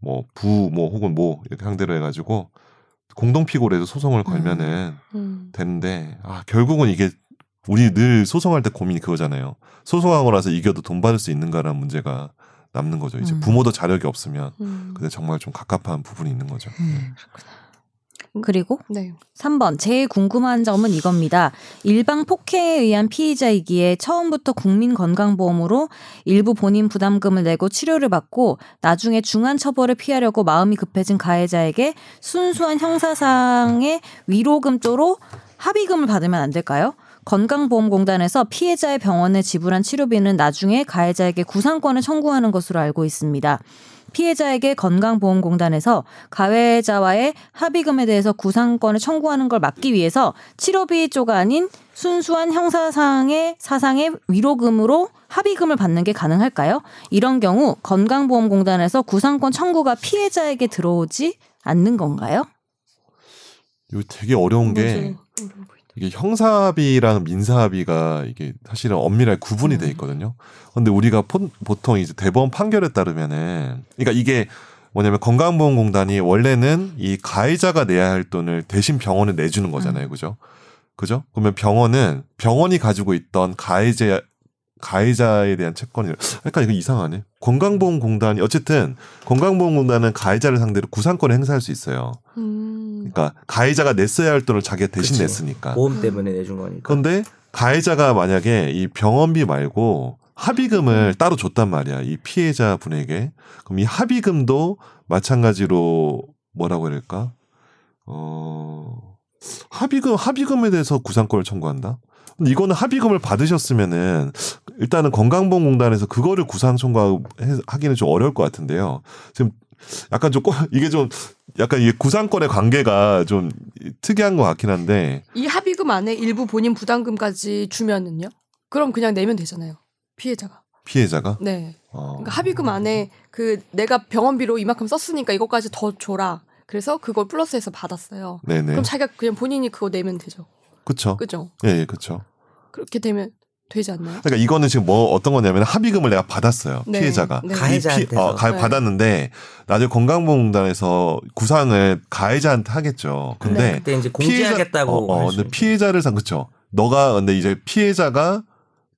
B: 뭐 부모 혹은 모 이렇게 상대로 해 가지고 공동 피고로 해서 소송을 걸면은
A: 음.
B: 되는데 아 결국은 이게 우리 늘 소송할 때 고민이 그거잖아요. 소송하고 나서 이겨도 돈 받을 수 있는가라는 문제가 남는 거죠. 이제
D: 음.
B: 부모도 자력이 없으면
A: 음.
B: 근데 정말 좀 갑갑한 부분이 있는 거죠.
D: 음. 그리고
A: 네.
D: 3번 제일 궁금한 점은 이겁니다. 일방 폭행에 의한 피의자이기에 처음부터 국민건강보험으로 일부 본인 부담금을 내고 치료를 받고 나중에 중한 처벌을 피하려고 마음이 급해진 가해자에게 순수한 형사상의 위로금조로 합의금을 받으면 안 될까요? 건강보험공단에서 피해자의 병원에 지불한 치료비는 나중에 가해자에게 구상권을 청구하는 것으로 알고 있습니다. 피해자에게 건강보험공단에서 가해자와의 합의금에 대해서 구상권을 청구하는 걸 막기 위해서 치료비 조가 아닌 순수한 형사상의 사상의 위로금으로 합의금을 받는 게 가능할까요? 이런 경우 건강보험공단에서 구상권 청구가 피해자에게 들어오지 않는 건가요?
B: 이거 되게 어려운 게
A: 뭔지 모르고 있다.
B: 이게 형사합의랑 민사합의가 이게 사실은 엄밀하게 구분이 돼 있거든요. 근데 우리가 폰- 보통 이제 대법원 판결에 따르면은 그러니까 이게 뭐냐면 건강보험공단이 원래는 이 가해자가 내야 할 돈을 대신 병원에 내주는 거잖아요, 그죠? 그죠? 그러면 병원은 병원이 가지고 있던 가해자 가해자에 대한 채권이 그러니까 이거 이상하네. 건강보험공단이 어쨌든 건강보험공단은 가해자를 상대로 구상권을 행사할 수 있어요.
A: 음.
B: 그러니까 가해자가 냈어야 할 돈을 자기가 대신
C: 그치.
B: 냈으니까.
C: 보험 때문에 내준 거니까.
B: 그런데 가해자가 만약에 이 병원비 말고 합의금을 따로 줬단 말이야. 이 피해자 분에게. 그럼 이 합의금도 마찬가지로 뭐라고 해야 될까? 어, 합의금 합의금에 대해서 구상권을 청구한다. 근데 이거는 합의금을 받으셨으면은 일단은 건강보험공단에서 그거를 구상 청구하기는 좀 어려울 것 같은데요. 지금 약간 좀 꼬- 이게 좀 약간 이 구상권의 관계가 좀 특이한 것 같긴 한데
A: 이 합의금 안에 일부 본인 부담금까지 주면은요? 그럼 그냥 내면 되잖아요. 피해자가.
B: 피해자가
A: 네.
B: 어.
A: 그러니까 합의금 안에 그 내가 병원비로 이만큼 썼으니까 이것까지 더 줘라. 그래서 그걸 플러스해서 받았어요.
B: 네네
A: 그럼 자기가 그냥 본인이 그거 내면 되죠.
B: 그쵸
A: 그죠?
B: 예예 그쵸
A: 그렇게 되면 되지 않나요?
B: 그러니까 이거는 지금 뭐 어떤 거냐면 합의금을 내가 받았어요
A: 네,
B: 피해자가
A: 네.
B: 이 피-
C: 가해자한테서.
B: 어, 가-
A: 네.
B: 받았는데 나중에 건강보험공단에서 구상을 가해자한테 하겠죠
C: 네,
B: 근데
C: 그때 이제 공지하겠다고.
B: 피해자, 어, 어,
C: 할수
B: 근데
C: 있는.
B: 피해자를 상 그쵸 너가 근데 이제 피해자가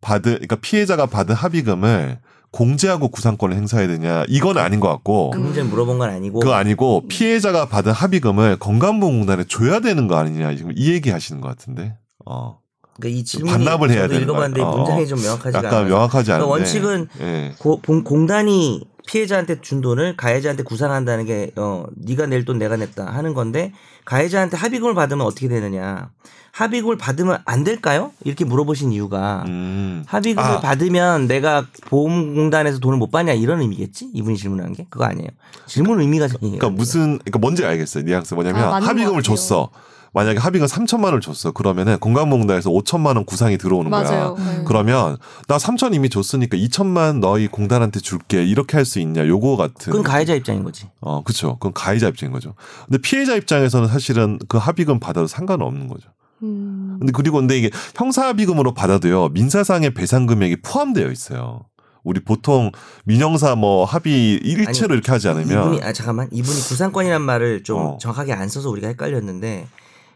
B: 받은 그러니까 피해자가 받은 합의금을 공제하고 구상권을 행사해야 되냐 이건 아닌 것 같고
C: 그 문제 물어본 건 아니고.
B: 그거
A: 음.
B: 아니고 피해자가 받은 합의금을 건강보험공단에 줘야 되는 거 아니냐 지금 이 얘기 하시는 것 같은데 어
C: 그러니까 이 질문이
B: 반납을 해야
C: 저도
B: 되는
C: 읽어봤는데
B: 거야. 어,
C: 문장이
B: 어.
C: 좀 명확하지가
B: 약간
C: 않아요.
B: 명확하지 않은데
C: 그러니까 원칙은
B: 예.
C: 고- 공- 공단이 피해자한테 준 돈을 가해자한테 구상한다는 게 어, 네가 낼 돈 내가 냈다 하는 건데 가해자한테 합의금을 받으면 어떻게 되느냐 합의금을 받으면 안 될까요? 이렇게 물어보신 이유가
B: 음.
C: 합의금을
B: 아.
C: 받으면 내가 보험공단에서 돈을 못 받냐 이런 의미겠지 이분이 질문한 게 그거 아니에요 질문 의미가 생긴
B: 그러니까 무슨 그러니까 뭔지 알겠어요. 뉘앙스 뭐냐면
A: 아, 맞는 것
B: 합의금을
A: 같아요.
B: 줬어. 만약에 합의금 3천만 원을 줬어. 그러면은 건강보험공단에서 5천만 원 구상이 들어오는
A: 맞아요.
B: 거야.
A: 네.
B: 그러면 나 3천 이미 줬으니까 2천만 너희 공단한테 줄게. 이렇게 할 수 있냐? 요거 같은.
C: 그건 가해자 입장인 거지
B: 어, 그렇죠. 그건 가해자 입장인 거죠. 근데 피해자 입장에서는 사실은 그 합의금 받아도 상관없는 거죠.
A: 음.
B: 근데 그리고 근데 이게 형사 합의금으로 받아도요 민사상의 배상 금액이 포함되어 있어요. 우리 보통 민형사 뭐 합의 일체로
C: 아니,
B: 이렇게 하지 않으면
C: 이분이 아 잠깐만 이분이 구상권이란 말을 좀
B: 어.
C: 정확하게 안 써서 우리가 헷갈렸는데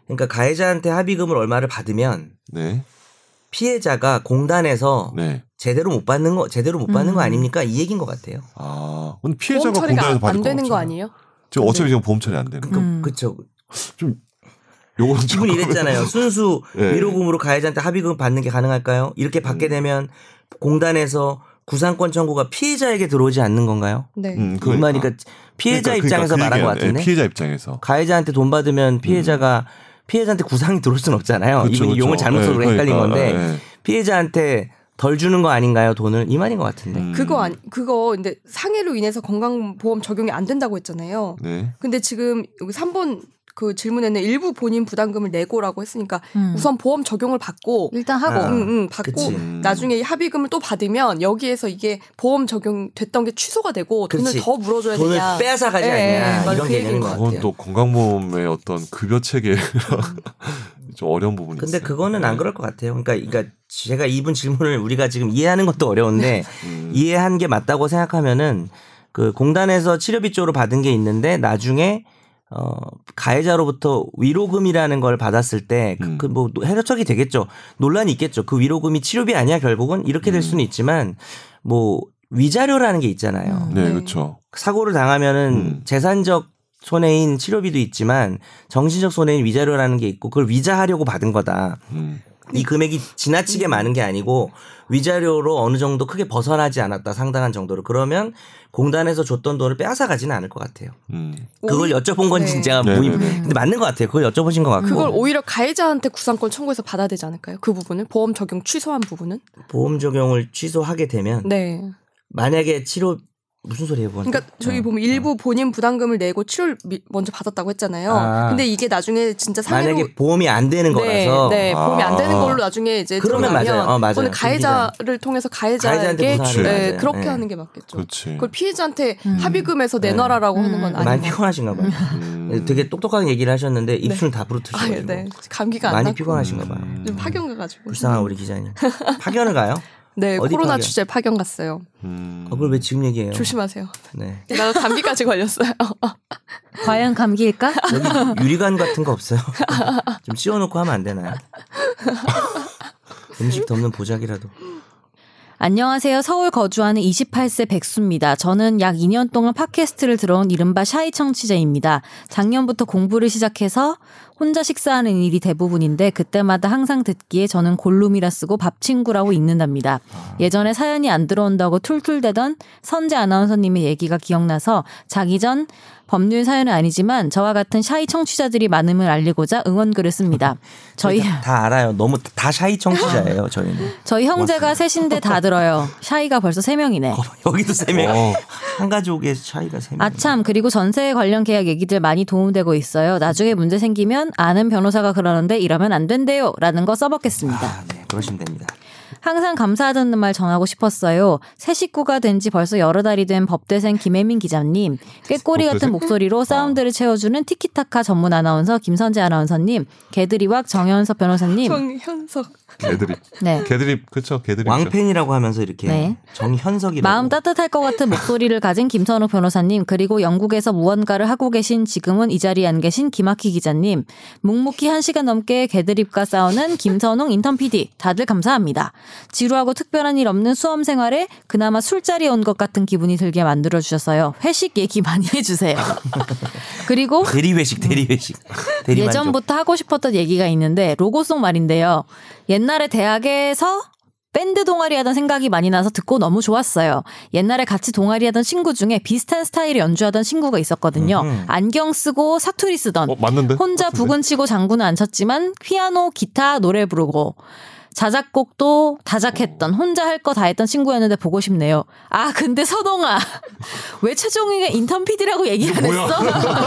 C: 그러니까 가해자한테 합의금을 얼마를 받으면
B: 네,
C: 피해자가 공단에서
B: 네.
C: 제대로 못 받는 거 제대로 못 받는 거
A: 음.
C: 아닙니까 이 얘기인 것 같아요.
B: 아, 근데
A: 보험
B: 피해자가
A: 처리가
B: 공단에서
A: 안,
B: 받을
A: 안 되는 거
B: 없잖아요.
A: 아니에요?
B: 지금
C: 네.
B: 어차피 지금 보험 처리 안 되는 거.
C: 그,
D: 음.
C: 그쵸.
B: 요거는
C: 이분이
B: 조금-
C: 이랬잖아요. 순수
B: 예.
C: 위로금으로 가해자한테 합의금 받는 게 가능할까요?
B: 음.
C: 이렇게 받게 되면 공단에서 구상권 청구가 피해자에게 들어오지 않는 건가요?
A: 네.
B: 음,
C: 그
B: 그러니까.
C: 말이니까 피해자
B: 그러니까,
C: 입장에서
B: 그러니까 그
C: 말한 것
B: 얘기야. 예,
C: 같은데
B: 피해자 입장에서.
C: 가해자한테 돈 받으면 피해자가 피해자한테 구상이 들어올 수는
B: 음.
C: 없잖아요.
B: 그쵸,
C: 이분이
B: 그쵸.
C: 용을 잘못 써서
B: 예,
C: 헷갈린
B: 그러니까,
C: 건데
B: 예, 예.
C: 피해자한테 덜 주는 거 아닌가요? 돈을 이 말인 것 같은데.
B: 음.
A: 그거 아니 그거 근데 상해로 인해서 건강보험 적용이 안 된다고 했잖아요.
B: 네.
A: 근데 지금 여기 3번 그 질문에는 일부 본인 부담금을 내고라고 했으니까
D: 음.
A: 우선 보험 적용을 받고
D: 일단 하고
C: 아.
A: 응, 응, 받고
C: 그치.
B: 음.
A: 나중에 이 합의금을 또 받으면 여기에서 이게 보험 적용됐던 게 취소가 되고
C: 그치.
A: 돈을 더 물어줘야
C: 돈을
A: 되냐.
C: 빼앗아 가지
A: 예, 예,
C: 않냐
A: 맞아요.
C: 이런
A: 그
C: 개념인
A: 얘기인
C: 것
A: 것
C: 같아요.
B: 그건 또 건강보험의 어떤 급여 체계 좀 어려운 부분이
C: 근데
B: 있어요. 네.
C: 그거는
A: 예.
C: 안 그럴 것 같아요. 그러니까, 그러니까 제가 이분 질문을 우리가 지금 이해하는 것도 어려운데
B: 음.
C: 이해한 게 맞다고 생각하면은 그 공단에서 치료비 쪽으로 받은 게 있는데 나중에 어 가해자로부터 위로금이라는 걸 받았을
B: 음.
C: 때그뭐 해석이 되겠죠 논란이 있겠죠 그 위로금이 치료비 아니야 결국은 이렇게 될
B: 음.
C: 수는 있지만 뭐 위자료라는 게 있잖아요
B: 네,
A: 네.
B: 그렇죠.
C: 사고를 당하면은
B: 음.
C: 재산적 손해인 치료비도 있지만 정신적 손해인 위자료라는 게 있고 그걸 위자하려고 받은 거다.
B: 음.
C: 이 금액이
A: 음.
C: 지나치게 많은 게 아니고 위자료로 어느 정도 크게 벗어나지 않았다 상당한 정도로 그러면 공단에서 줬던 돈을 빼앗아 가지는 않을 것 같아요.
B: 음.
A: 오히-
C: 그걸 여쭤본 건
A: 네.
C: 진짜
B: 네,
C: 무의
B: 네, 네.
C: 근데 맞는 것 같아요. 그걸 여쭤보신 것 같고
A: 그걸 오히려 가해자한테 구상권 청구해서 받아야 되지 않을까요? 그 부분을 보험 적용 취소한 부분은?
C: 보험 적용을 취소하게 되면
A: 네.
C: 만약에 치료 무슨 소리예요, 네. 그건?
A: 그러니까 저희 보면 일부 본인 부담금을 내고 치료를 미- 먼저 받았다고 했잖아요.
C: 아.
A: 근데 이게 나중에 진짜 상해로
C: 만약에 보험이 안 되는
A: 네,
C: 거라서
A: 네,
B: 아.
A: 보험이 안 되는 걸로 나중에 이제
C: 그러면
A: 들어가면
C: 맞아요. 어, 맞아요.
A: 그거는 가해자를 통해서
C: 가해자한테
A: 가해자에게
C: 구상하는
A: 네,
C: 거죠.
A: 그렇게
C: 네.
A: 하는 게 맞겠죠.
B: 그렇지.
A: 그걸 피해자한테
D: 음.
A: 합의금에서
C: 네.
A: 내놔라라고 하는 건
D: 음.
A: 아닌
C: 많이
A: 것
C: 피곤하신가 봐요.
B: 음.
C: 되게 똑똑한 얘기를 하셨는데 입술 다 부르트시고
A: 같아요. 아, 네. 감기가 안
C: 뭐. 많이
A: 나고
C: 피곤하신가 봐요.
B: 음.
A: 좀 파견 가가지고.
C: 불쌍한 우리 기자님. 파견을 가요?
A: 네,
C: 어디
A: 코로나
C: 파견?
A: 취재 파견 갔어요.
B: 음.
C: 아, 그걸 왜 지금 얘기해요?
A: 조심하세요.
C: 네.
A: 나 감기까지 걸렸어요.
D: 과연 감기일까?
C: 여기 유리관 같은 거 없어요? 좀 씌워놓고 하면 안 되나요? 음식 덮는 보자기라도.
D: 안녕하세요. 서울 거주하는 28세 백수입니다. 저는 약 2년 동안 팟캐스트를 들어온 이른바 샤이 청취자입니다. 작년부터 공부를 시작해서 혼자 식사하는 일이 대부분인데 그때마다 항상 듣기에 저는 골룸이라 쓰고 밥 친구라고 읽는답니다. 예전에 사연이 안 들어온다고 툴툴대던 선재 아나운서님의 얘기가 기억나서 자기 전 법률 사연은 아니지만 저와 같은 샤이 청취자들이 많음을 알리고자 응원글을 씁니다. 저희
C: 다, 그러니까 다 알아요. 너무 다 샤이 청취자예요, 저희는.
D: 저희 형제가 셋인데 다 들어요. 샤이가 벌써 세 명이네.
C: 어, 여기도 세 명. 한 가족의 샤이가 세 명.
D: 아참 그리고 전세 관련 계약 얘기들 많이 도움되고 있어요. 나중에 문제 생기면 아는 변호사가 그러는데 이러면 안 된대요라는 거 써먹겠습니다.
C: 아, 네. 그러시면 됩니다.
D: 항상 감사하다는 말 정하고 싶었어요. 새 식구가 된 지 벌써 여러 달이 된 법대생 김혜민 기자님, 꾀꼬리 같은
B: 법대생? 아.
D: 목소리로 사운드를 채워주는 티키타카 전문 아나운서 김선재 아나운서님, 개드리왁 정현석 변호사님,
A: 정현석.
B: 개드립.
D: 네.
B: 개드립 그렇죠. 개드립.
C: 왕팬이라고 하면서 이렇게
D: 네.
C: 정현석이라고.
D: 마음 따뜻할 것 같은 목소리를 가진 김선욱 변호사님 그리고 영국에서 무언가를 하고 계신 지금은 이 자리에 안 계신 김학희 기자님 묵묵히 한 시간 넘게 개드립과 싸우는 김선웅 인턴 PD 다들 감사합니다. 지루하고 특별한 일 없는 수험 생활에 그나마 술자리에 온 것 같은 기분이 들게 만들어 주셔서요. 회식 얘기 많이 해주세요. 그리고
C: 대리회식, 대리회식. 대리만족.
D: 음. 예전부터 하고 싶었던 얘기가 있는데 로고송 말인데요. 옛날에 대학에서 밴드 동아리 하던 생각이 많이 나서 듣고 너무 좋았어요. 옛날에 같이 동아리 하던 친구 중에 비슷한 스타일 연주하던 친구가 있었거든요. 안경 쓰고 사투리 쓰던
B: 어
C: 네,
B: 맞는데?
D: 혼자
B: 같은데?
D: 북은 치고 장구는 안 쳤지만 피아노, 기타, 노래 부르고 자작곡도 다작했던 혼자 할 거 다 했던 친구였는데 보고 싶네요. 아 근데 서동아 왜 최종이가 인턴 PD라고 얘기를 안 했어?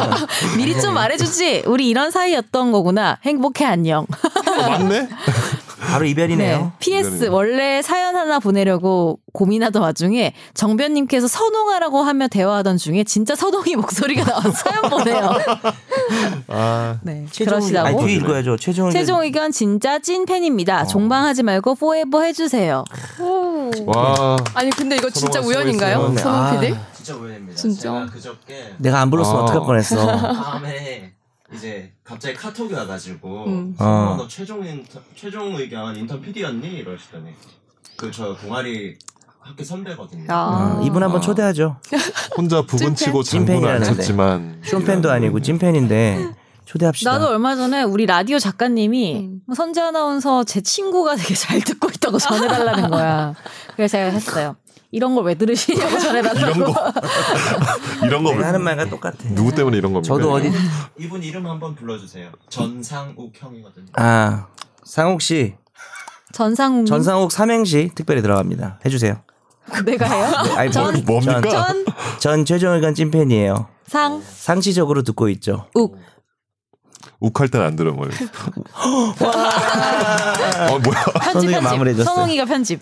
D: 미리 좀 말해주지. 우리 이런 사이였던 거구나. 행복해 안녕.
B: 어, 맞네.
C: 바로 이별이네요.
D: PS 원래 사연 하나 보내려고 고민하던 와중에 정변님께서 서동아라고 하며 대화하던 중에 진짜 서동이 목소리가 나와서 사연 보내요.
B: 아
D: 네,
C: 최종 의견-
D: 그러시다고.
C: 아니, 뒤에 읽어야죠. 최종 의견.
D: 최종 의견 진짜 찐
C: 어.
D: 팬입니다. 종방하지 말고 포에버 해주세요.
B: 와.
A: 아니 근데 이거 진짜
B: 쓰고
A: 우연인가요?
C: 있어요.
A: 서문 PD?
E: 진짜 오해됩니다.
A: 진짜? 네.
E: 제가 그저께
C: 내가 안 불렀으면
B: 아.
C: 어떡할 뻔했어.
E: 밤에 이제 갑자기 카톡이 와가지고
A: 음.
C: 어.
E: 어,
D: 아.
E: 너 최종 인터, 최종 의견 인턴 PD였니? 이러시더니 그 저 동아리 학교 선배거든요.
A: 아.
C: 어, 이분 한번 초대하죠.
B: 혼자
A: 찐팬?
B: 북은 치고 장군은 안
C: 찐팬이라는데.
B: 쳤지만.
C: 쇼팬도 아니고 찐팬인데 초대합시다.
D: 나도 얼마 전에 우리 라디오 작가님이 뭐 선재 아나운서 제 친구가 되게 잘 듣고 있다고 전해달라는 거야. 그래서 제가 했어요. 이런 걸 왜 들으시냐고 전해달라고.
B: 이런 거
C: 내가
B: 왜-
C: 하는 말과 똑같아.
B: 누구 때문에 이런 겁니까?
C: 저도 어디
E: 이분 이름 한번 불러주세요. 전상욱 형이거든요.
C: 아 상욱 씨
D: 전상욱
C: 전상욱 삼행시 특별히 들어갑니다. 해주세요.
D: 내가 해요.
C: 아니,
D: 전-
B: 뭐- 뭡니까?
C: 전 최종의견 찐팬이에요.
D: 상욱
C: 상시적으로 듣고 있죠.
B: 욱할 땐 안 들어 뭘. 어 뭐야?
D: 편집
C: 선우가
D: 편집.
C: 마무리해줬어요.
D: 선웅이가 편집.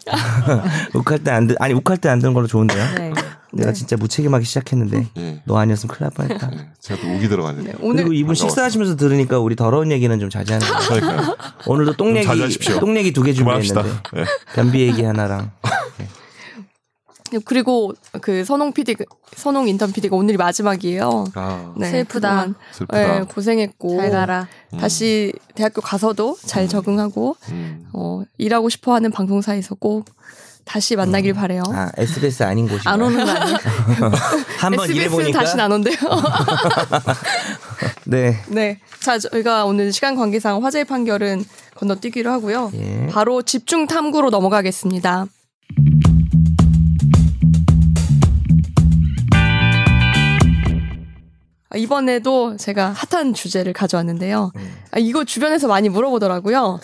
C: 욱할 때 안 듣, 아니 욱할 때 안 듣는 걸로 좋은데요.
D: 네.
C: 내가 진짜 무책임하게 시작했는데
B: 예.
C: 너 아니었으면 큰일 날 뻔했다.
B: 예. 제가 또 욱이
A: 네,
B: 들어가는데.
C: 그리고
A: 오늘
C: 이분 식사하시면서 들으니까 우리 더러운 얘기는 좀 자제하는 거
A: 네.
B: 그러니까
C: 오늘도 똥 얘기
B: 자제하십시오.
C: 똥 얘기 두 개
B: 그만합시다.
C: 준비했는데
B: 예.
C: 변비 얘기 하나랑
A: 그리고 그 선홍 PD 선홍 인턴 PD가 오늘이 마지막이에요.
B: 아
A: 네,
D: 슬프다.
A: 그동안,
B: 슬프다.
A: 예, 고생했고
D: 잘 가라.
A: 다시 대학교 가서도 잘 적응하고
B: 음.
A: 어, 일하고 싶어하는 방송사에서 꼭 다시 만나길 바래요.
C: 아 SBS 아닌 곳이
D: 안 오는 거 아니야?
C: 한번 일해
A: SBS는
C: 보니까
A: 다시 안 온대요.
C: 네.
A: 네, 자 저희가 오늘 시간 관계상 화제의 판결은 건너뛰기로 하고요.
C: 예.
A: 바로 집중 탐구로 넘어가겠습니다. 아, 이번에도 제가 핫한 주제를 가져왔는데요. 아, 이거 주변에서 많이 물어보더라고요.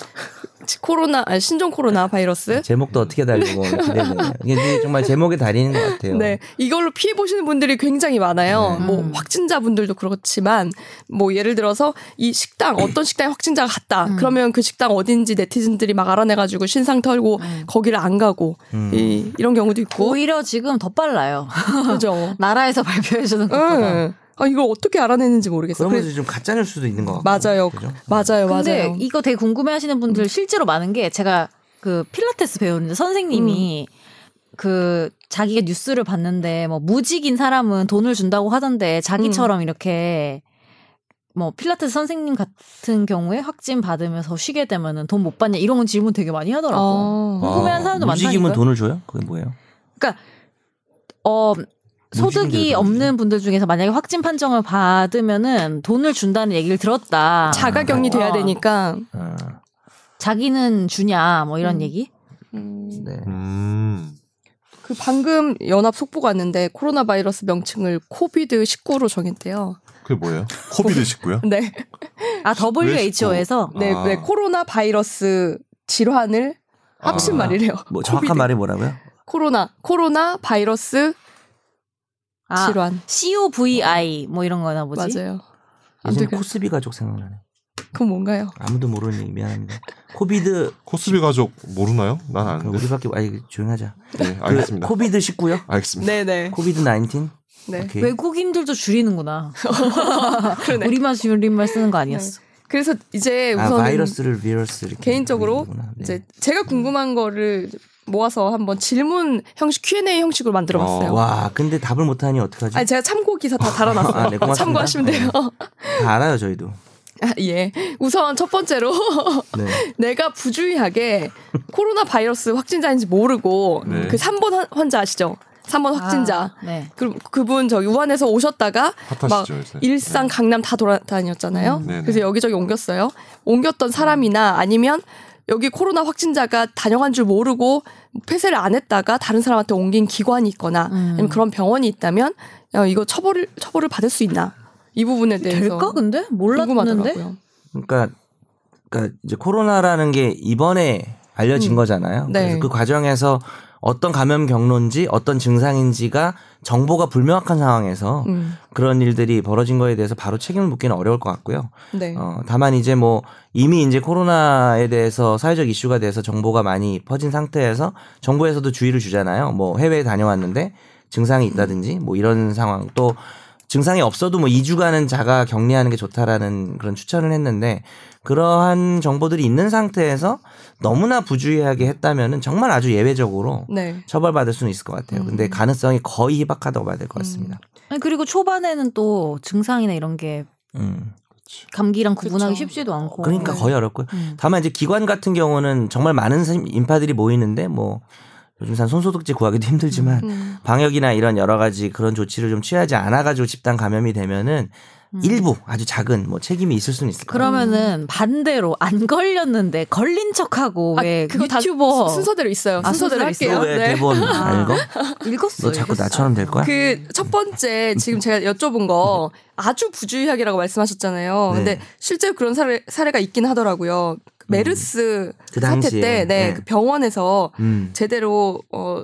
A: 코로나 아, 신종 코로나 바이러스.
C: 제목도 어떻게 달리고 기대되네요. 이게 정말 제목의 달인인 것 같아요. 네.
A: 네, 이걸로 피해 보시는 분들이 굉장히 많아요. 뭐
D: 음.
A: 확진자 분들도 그렇지만 뭐 예를 들어서 이 식당
C: 음.
A: 어떤 식당에 확진자가 갔다.
D: 음.
A: 그러면 그 식당 어딘지 네티즌들이 막 알아내가지고 신상 털고
D: 음.
A: 거기를 안 가고
C: 음.
A: 이, 이런 경우도 있고.
D: 오히려 지금 더 빨라요.
A: 그죠.
D: 나라에서 발표해주는 것보다.
A: 응. 아 이걸 어떻게 알아내는지 모르겠어요.
C: 그러면서
A: 그래-
C: 좀 가짜 뉴 수도 있는 것 같고.
A: 맞아요.
C: 그죠?
A: 맞아요.
D: 근데
A: 맞아요.
D: 이거 되게 궁금해 하시는 분들 실제로 많은 게 제가 그 필라테스 배우는데 선생님이
A: 음.
D: 그 자기가 뉴스를 봤는데 뭐 무직인 사람은 돈을 준다고 하던데 자기처럼
A: 음.
D: 이렇게 뭐 필라테스 선생님 같은 경우에 확진 받으면서 쉬게 되면은 돈 못 받냐 이런 질문 되게 많이 하더라고.
C: 아,
A: 어.
D: 궁금해하는 사람도
C: 움직이면
D: 많다니까요.
C: 돈을 줘요? 그게 뭐예요?
D: 어 소득이
B: 음식인데도
D: 없는 분들 중에서 만약에 확진 판정을 받으면은 돈을 준다는 얘기를 들었다.
A: 자가 격리돼야
D: 어.
A: 되니까.
C: 아,
D: 자기는 주냐 뭐 이런
A: 음.
D: 얘기?
A: 음,
C: 네.
B: 음.
A: 그 방금 연합 속보가 왔는데 코로나 바이러스 명칭을 코비드 19로 정했대요.
B: 그게 뭐예요? 코비드 19요?
A: 네,
D: 아 WHO에서
A: 네,
B: 아.
A: 네 코로나 바이러스 질환을 합친
B: 아.
A: 말이래요.
C: 뭐 정확한
A: 코비드.
C: 말이 뭐라고요?
A: 코로나 코로나 바이러스
D: 아,
A: 질환
D: COVI 뭐 이런 거나 뭐지?
A: 맞아요. 안
C: 예전에
A: 되겠-
C: 코스비 가족 생각나네.
A: 그건 뭔가요?
C: 아무도 모르는 얘기 미안합니다. 코비드
B: 코스비 가족 모르나요? 난
C: 그럼
B: 아는데.
C: 우리밖에 아니 조용하자.
B: 네,
C: 그
B: 알겠습니다.
C: 코비드 19요?
B: 알겠습니다.
A: 네네.
C: 코비드 19.
A: 네.
C: 오케이.
D: 외국인들도 줄이는구나.
A: 그러네. 네.
D: 우리만 줄임말 쓰는 거 아니었어.
A: 그래서 이제
C: 아
A: 우선
C: 바이러스를 비러스 이렇게
A: 개인적으로
C: 부르는구나. 네.
A: 이제 제가 궁금한 거를 모아서 한번 질문 형식 Q&A 형식으로 만들어봤어요.
C: 와 근데 답을 못하니 어떡하지?
A: 아니 제가 참고 기사 다 달아놨어요.
C: 아, 네, 고맙습니다.
A: 참고하시면 돼요.
C: 다 알아요 저희도.
A: 아, 예. 우선 첫 번째로
C: 네.
A: 내가 부주의하게 코로나 바이러스 확진자인지 모르고
B: 네.
A: 그 3번 환- 환자 아시죠? 3번 확진자.
D: 아, 네.
A: 그, 그분 저기 우한에서 오셨다가 네. 막
B: 핫하시죠 요새.
A: 일산 강남 다 돌아다녔잖아요.
B: 네. 음. 네네.
A: 그래서 여기저기 옮겼어요. 옮겼던 사람이나 아니면 여기 코로나 확진자가 다녀간 줄 모르고 폐쇄를 안 했다가 다른 사람한테 옮긴 기관이 있거나
D: 음.
A: 아니면 그런 병원이 있다면 야, 이거 처벌을 처벌을 받을 수 있나 이 부분에 대해서
D: 될까 근데 몰랐는데.
A: 궁금하더라고요.
C: 그러니까 그러니까 이제 코로나라는 게 이번에 알려진
A: 음.
C: 거잖아요.
A: 네.
C: 그래서 그 과정에서 어떤 감염 경로인지 어떤 증상인지가 정보가 불명확한 상황에서
A: 음,
C: 그런 일들이 벌어진 거에 대해서 바로 책임을 묻기는 어려울 것 같고요.
A: 네.
C: 어, 다만 이제 뭐 이미 이제 코로나에 대해서 사회적 이슈가 돼서 정보가 많이 퍼진 상태에서 정부에서도 주의를 주잖아요. 뭐 해외에 다녀왔는데 증상이 있다든지 뭐 이런 상황 또 증상이 없어도 뭐 2주간은 자가 격리하는 게 좋다라는 그런 추천을 했는데 그러한 정보들이 있는 상태에서 너무나 부주의하게 했다면은 정말 아주 예외적으로
A: 네.
C: 처벌받을 수는 있을 것 같아요. 근데 가능성이 거의 희박하다고 봐야 될 것 같습니다.
D: 아니, 그리고 초반에는 또 증상이나 이런 게
C: 음.
D: 감기랑 구분하기
A: 그쵸.
D: 쉽지도 않고.
C: 그러니까 거의 어렵고요.
D: 음.
C: 다만 이제 기관 같은 경우는 정말 많은 선- 인파들이 모이는데 뭐 요즘 산 손소독제 구하기도 힘들지만
A: 음,
C: 방역이나 이런 여러 가지 그런 조치를 좀 취하지 않아 가지고 집단 감염이 되면은
A: 음.
C: 일부 아주 작은 뭐 책임이 있을 수는 있을 거예요.
D: 그러면은 반대로 안 걸렸는데 걸린 척하고
A: 아,
D: 왜
A: 그거 다
D: 네, 유튜버
A: 순서대로 있어요.
D: 아,
A: 순서대로
D: 순서대로
A: 할게요.
C: 너왜
A: 네.
C: 대본
D: 아.
C: 안 읽어?
D: 읽었어.
C: 너 자꾸
D: 읽었어.
C: 나처럼 될 거야?
A: 그 첫 번째 지금 제가 여쭤본 거 아주 부주의하게라고 말씀하셨잖아요.
C: 네. 음.
A: 근데 실제로 그런 사례, 사례가 있긴 하더라고요. 그 메르스 사태
C: 그 당시에.
A: 때 네,
C: 네.
A: 그 병원에서
C: 음.
A: 제대로 어,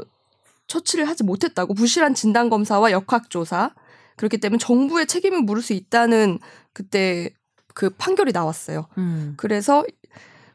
A: 처치를 하지 못했다고 부실한 진단 검사와 역학 조사 그렇기 때문에 정부의 책임을 물을 수 있다는 그때 그 판결이 나왔어요.
D: 음.
A: 그래서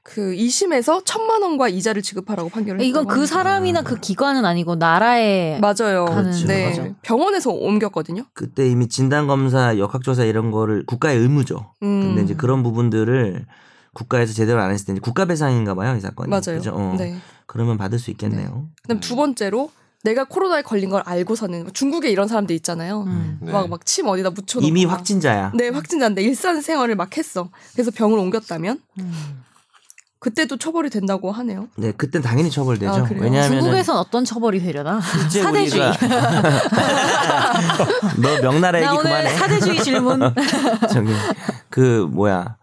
A: 그 2심에서 천만 원과 이자를 지급하라고 판결을
D: 이건
A: 했다고
D: 그
A: 합니다.
D: 사람이나 그 기관은 아니고 나라의
A: 맞아요.
C: 그렇죠.
D: 가는
A: 네.
D: 거죠.
A: 병원에서 옮겼거든요.
C: 그때 이미 진단 검사, 역학 조사 이런 거를 국가의 의무죠.
A: 음.
C: 근데 이제 그런 부분들을 국가에서 제대로 안 했을 때 이제 국가 배상인가 봐요, 이 사건이.
A: 맞아요.
C: 그죠? 어.
A: 네.
C: 그러면 받을 수 있겠네요.
A: 그다음 두 번째로 내가 코로나에 걸린 걸 알고서는 중국에 이런 사람들 있잖아요.
D: 음.
B: 네.
A: 막 막 침 어디다 묻혀놓고
C: 이미
A: 막.
C: 확진자야.
A: 네 확진자인데 일상 생활을 막 했어. 그래서 병을 옮겼다면
D: 음.
A: 그때도 처벌이 된다고 하네요.
C: 네, 그땐 당연히 처벌되죠.
A: 아, 그래요?
C: 왜냐하면
D: 중국에선 어떤 처벌이 되려나?
C: 실제
D: 사대주의.
C: 우리가 너 명나라 얘기
D: 나 오늘
C: 그만해.
D: 사대주의 질문.
C: 저기 그 뭐야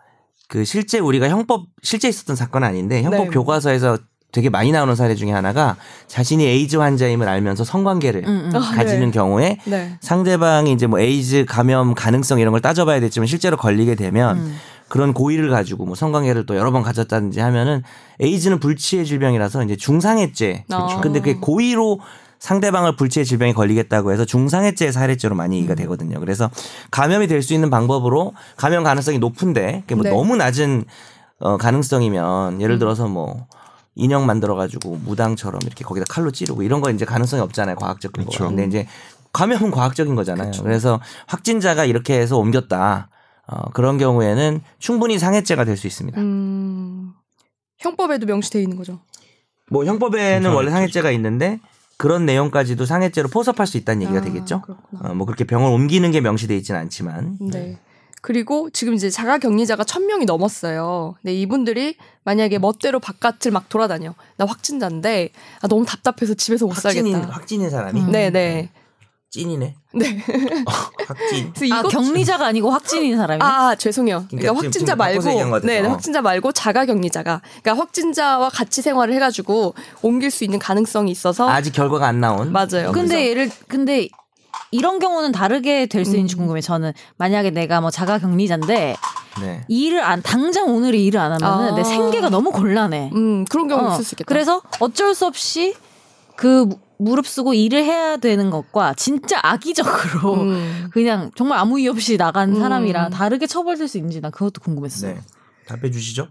C: 그 실제 우리가 형법 실제 있었던 사건 은 아닌데 형법
A: 네.
C: 교과서에서 되게 많이 나오는 사례 중에 하나가 자신이 에이즈 환자임을 알면서 성관계를
D: 음, 음.
C: 가지는
A: 네.
C: 경우에
A: 네.
C: 상대방이 이제 뭐 에이즈 감염 가능성 이런 걸 따져봐야 되지만 실제로 걸리게 되면
D: 음.
C: 그런 고의를 가지고 뭐 성관계를 또 여러 번 가졌다든지 하면은 에이즈는 불치의 질병이라서 이제 중상해죄.
A: 그렇죠.
C: 근데 그게 고의로 상대방을 불치의 질병에 걸리겠다고 해서 중상해죄의 사례죄로 많이
A: 음.
C: 얘기가 되거든요. 그래서 감염이 될 수 있는 방법으로 감염 가능성이 높은데 그게 뭐
A: 네. 음.
C: 너무 낮은 어 가능성이면 예를 들어서 뭐 인형 만들어 가지고 무당처럼 이렇게 거기다 칼로 찌르고 이런 건 이제 가능성이 없잖아요. 과학적 근거가.
B: 그렇죠.
C: 근데 이제 감염은 과학적인 거잖아요. 그래서 확진자가 이렇게 해서 옮겼다. 어, 그런 경우에는 충분히 상해죄가 될 수 있습니다.
A: 음. 형법에도 명시돼 있는 거죠.
C: 뭐 형법에는
B: 상해죄죠.
C: 원래 상해죄가 있는데 그런 내용까지도 상해죄로 포섭할 수 있다는 얘기가
A: 아,
C: 되겠죠.
A: 그렇구나.
C: 어, 뭐 그렇게 병을 옮기는 게 명시돼 있지는 않지만
A: 네. 그리고 지금 이제 자가 격리자가 1000명이 넘었어요. 근데 이분들이 만약에 멋대로 바깥을 막 돌아다녀. 나 확진자인데 아, 너무 답답해서 집에서 못
C: 확진인
A: 살겠다.
C: 확진인 사람이
D: 음.
A: 네, 네.
C: 찐이네. 어,
A: 네.
C: 확진.
A: 그래서
D: 아
A: 이거
D: 격리자가 아니고 확진인 사람이요?
A: 아, 죄송해요.
C: 그러니까
A: 그러니까
C: 지금- 지금
A: 확진자
C: 바꿔서 얘기한
A: 말고
C: 것 같아서.
A: 네, 네, 확진자 말고 자가 격리자가. 그러니까 확진자와 같이 생활을 해 가지고 옮길 수 있는 가능성이 있어서
C: 아직 결과가 안 나온.
A: 맞아요.
D: 근데 예를 근데 이런 경우는 다르게 될 수 있는지 궁금해. 요 저는 만약에 내가 뭐 자가 격리자인데
C: 네.
D: 일을 안 당장 오늘 일을 안 하면은
A: 아.
D: 내 생계가 너무 곤란해.
A: 음, 그런 경우
D: 어,
A: 있을 수 있겠다.
D: 그래서 어쩔 수 없이 그 무- 무릎 쓰고 일을 해야 되는 것과 진짜 악의적으로
A: 음.
D: 그냥 정말 아무 이유 없이 나간
A: 음.
D: 사람이라 다르게 처벌될 수 있는지 난 그것도 궁금했어요.
C: 네. 답해 주시죠.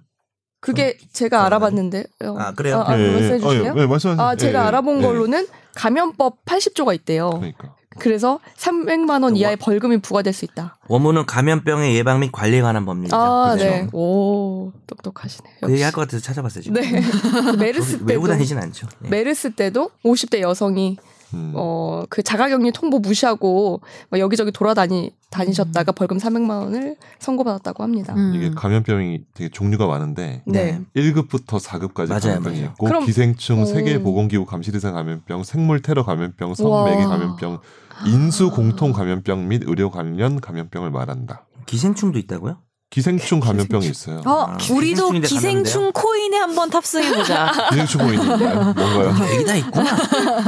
A: 그게 제가 알아봤는데. 요
C: 음. 아, 그래요?
A: 아, 아, 말씀해 주세요.
B: 네, 말씀하세요.
C: 음.
A: 아, 제가
B: 예, 예.
A: 알아본
B: 네.
A: 걸로는 감염법 80조가 있대요.
C: 네.
B: 그러니까.
A: 그래서 300만 원 이하의 벌금이 부과될 수 있다.
C: 원문은 감염병의 예방 및 관리에 관한 법률이죠.
A: 아,
C: 그렇죠?
A: 네. 오, 똑똑하시네요.
C: 그 얘기 할 것 같아서 찾아봤어요 지금.
A: 네. 메르스
C: 저기 외우고
A: 때도
C: 다니진 않죠. 네.
A: 메르스 때도 50대 여성이
B: 음.
A: 어 그 자가격리 통보 무시하고 막 여기저기 돌아다니 다니셨다가 벌금 400만 원을 선고받았다고 합니다.
D: 음.
B: 이게 감염병이 되게 종류가 많은데
A: 네.
B: 1급부터 4급까지
C: 맞아요,
B: 감염병이
C: 맞아요.
B: 있고
A: 그럼-
B: 기생충,
A: 오.
B: 세계보건기구 감시대상 감염병, 생물 테러 감염병, 성매개
A: 와.
B: 감염병, 인수 공통 감염병 및 의료 관련 감염병을 말한다.
C: 기생충도 있다고요?
B: 기생충 감염병이 있어요.
D: 어,
C: 아,
D: 우리도
C: 기생충인데
D: 기생충 코인에 한번 탑승해 보자.
B: 기생충 보이는가요?
A: 아.
B: 뭔가요?
C: 여기 아, 다 있구나.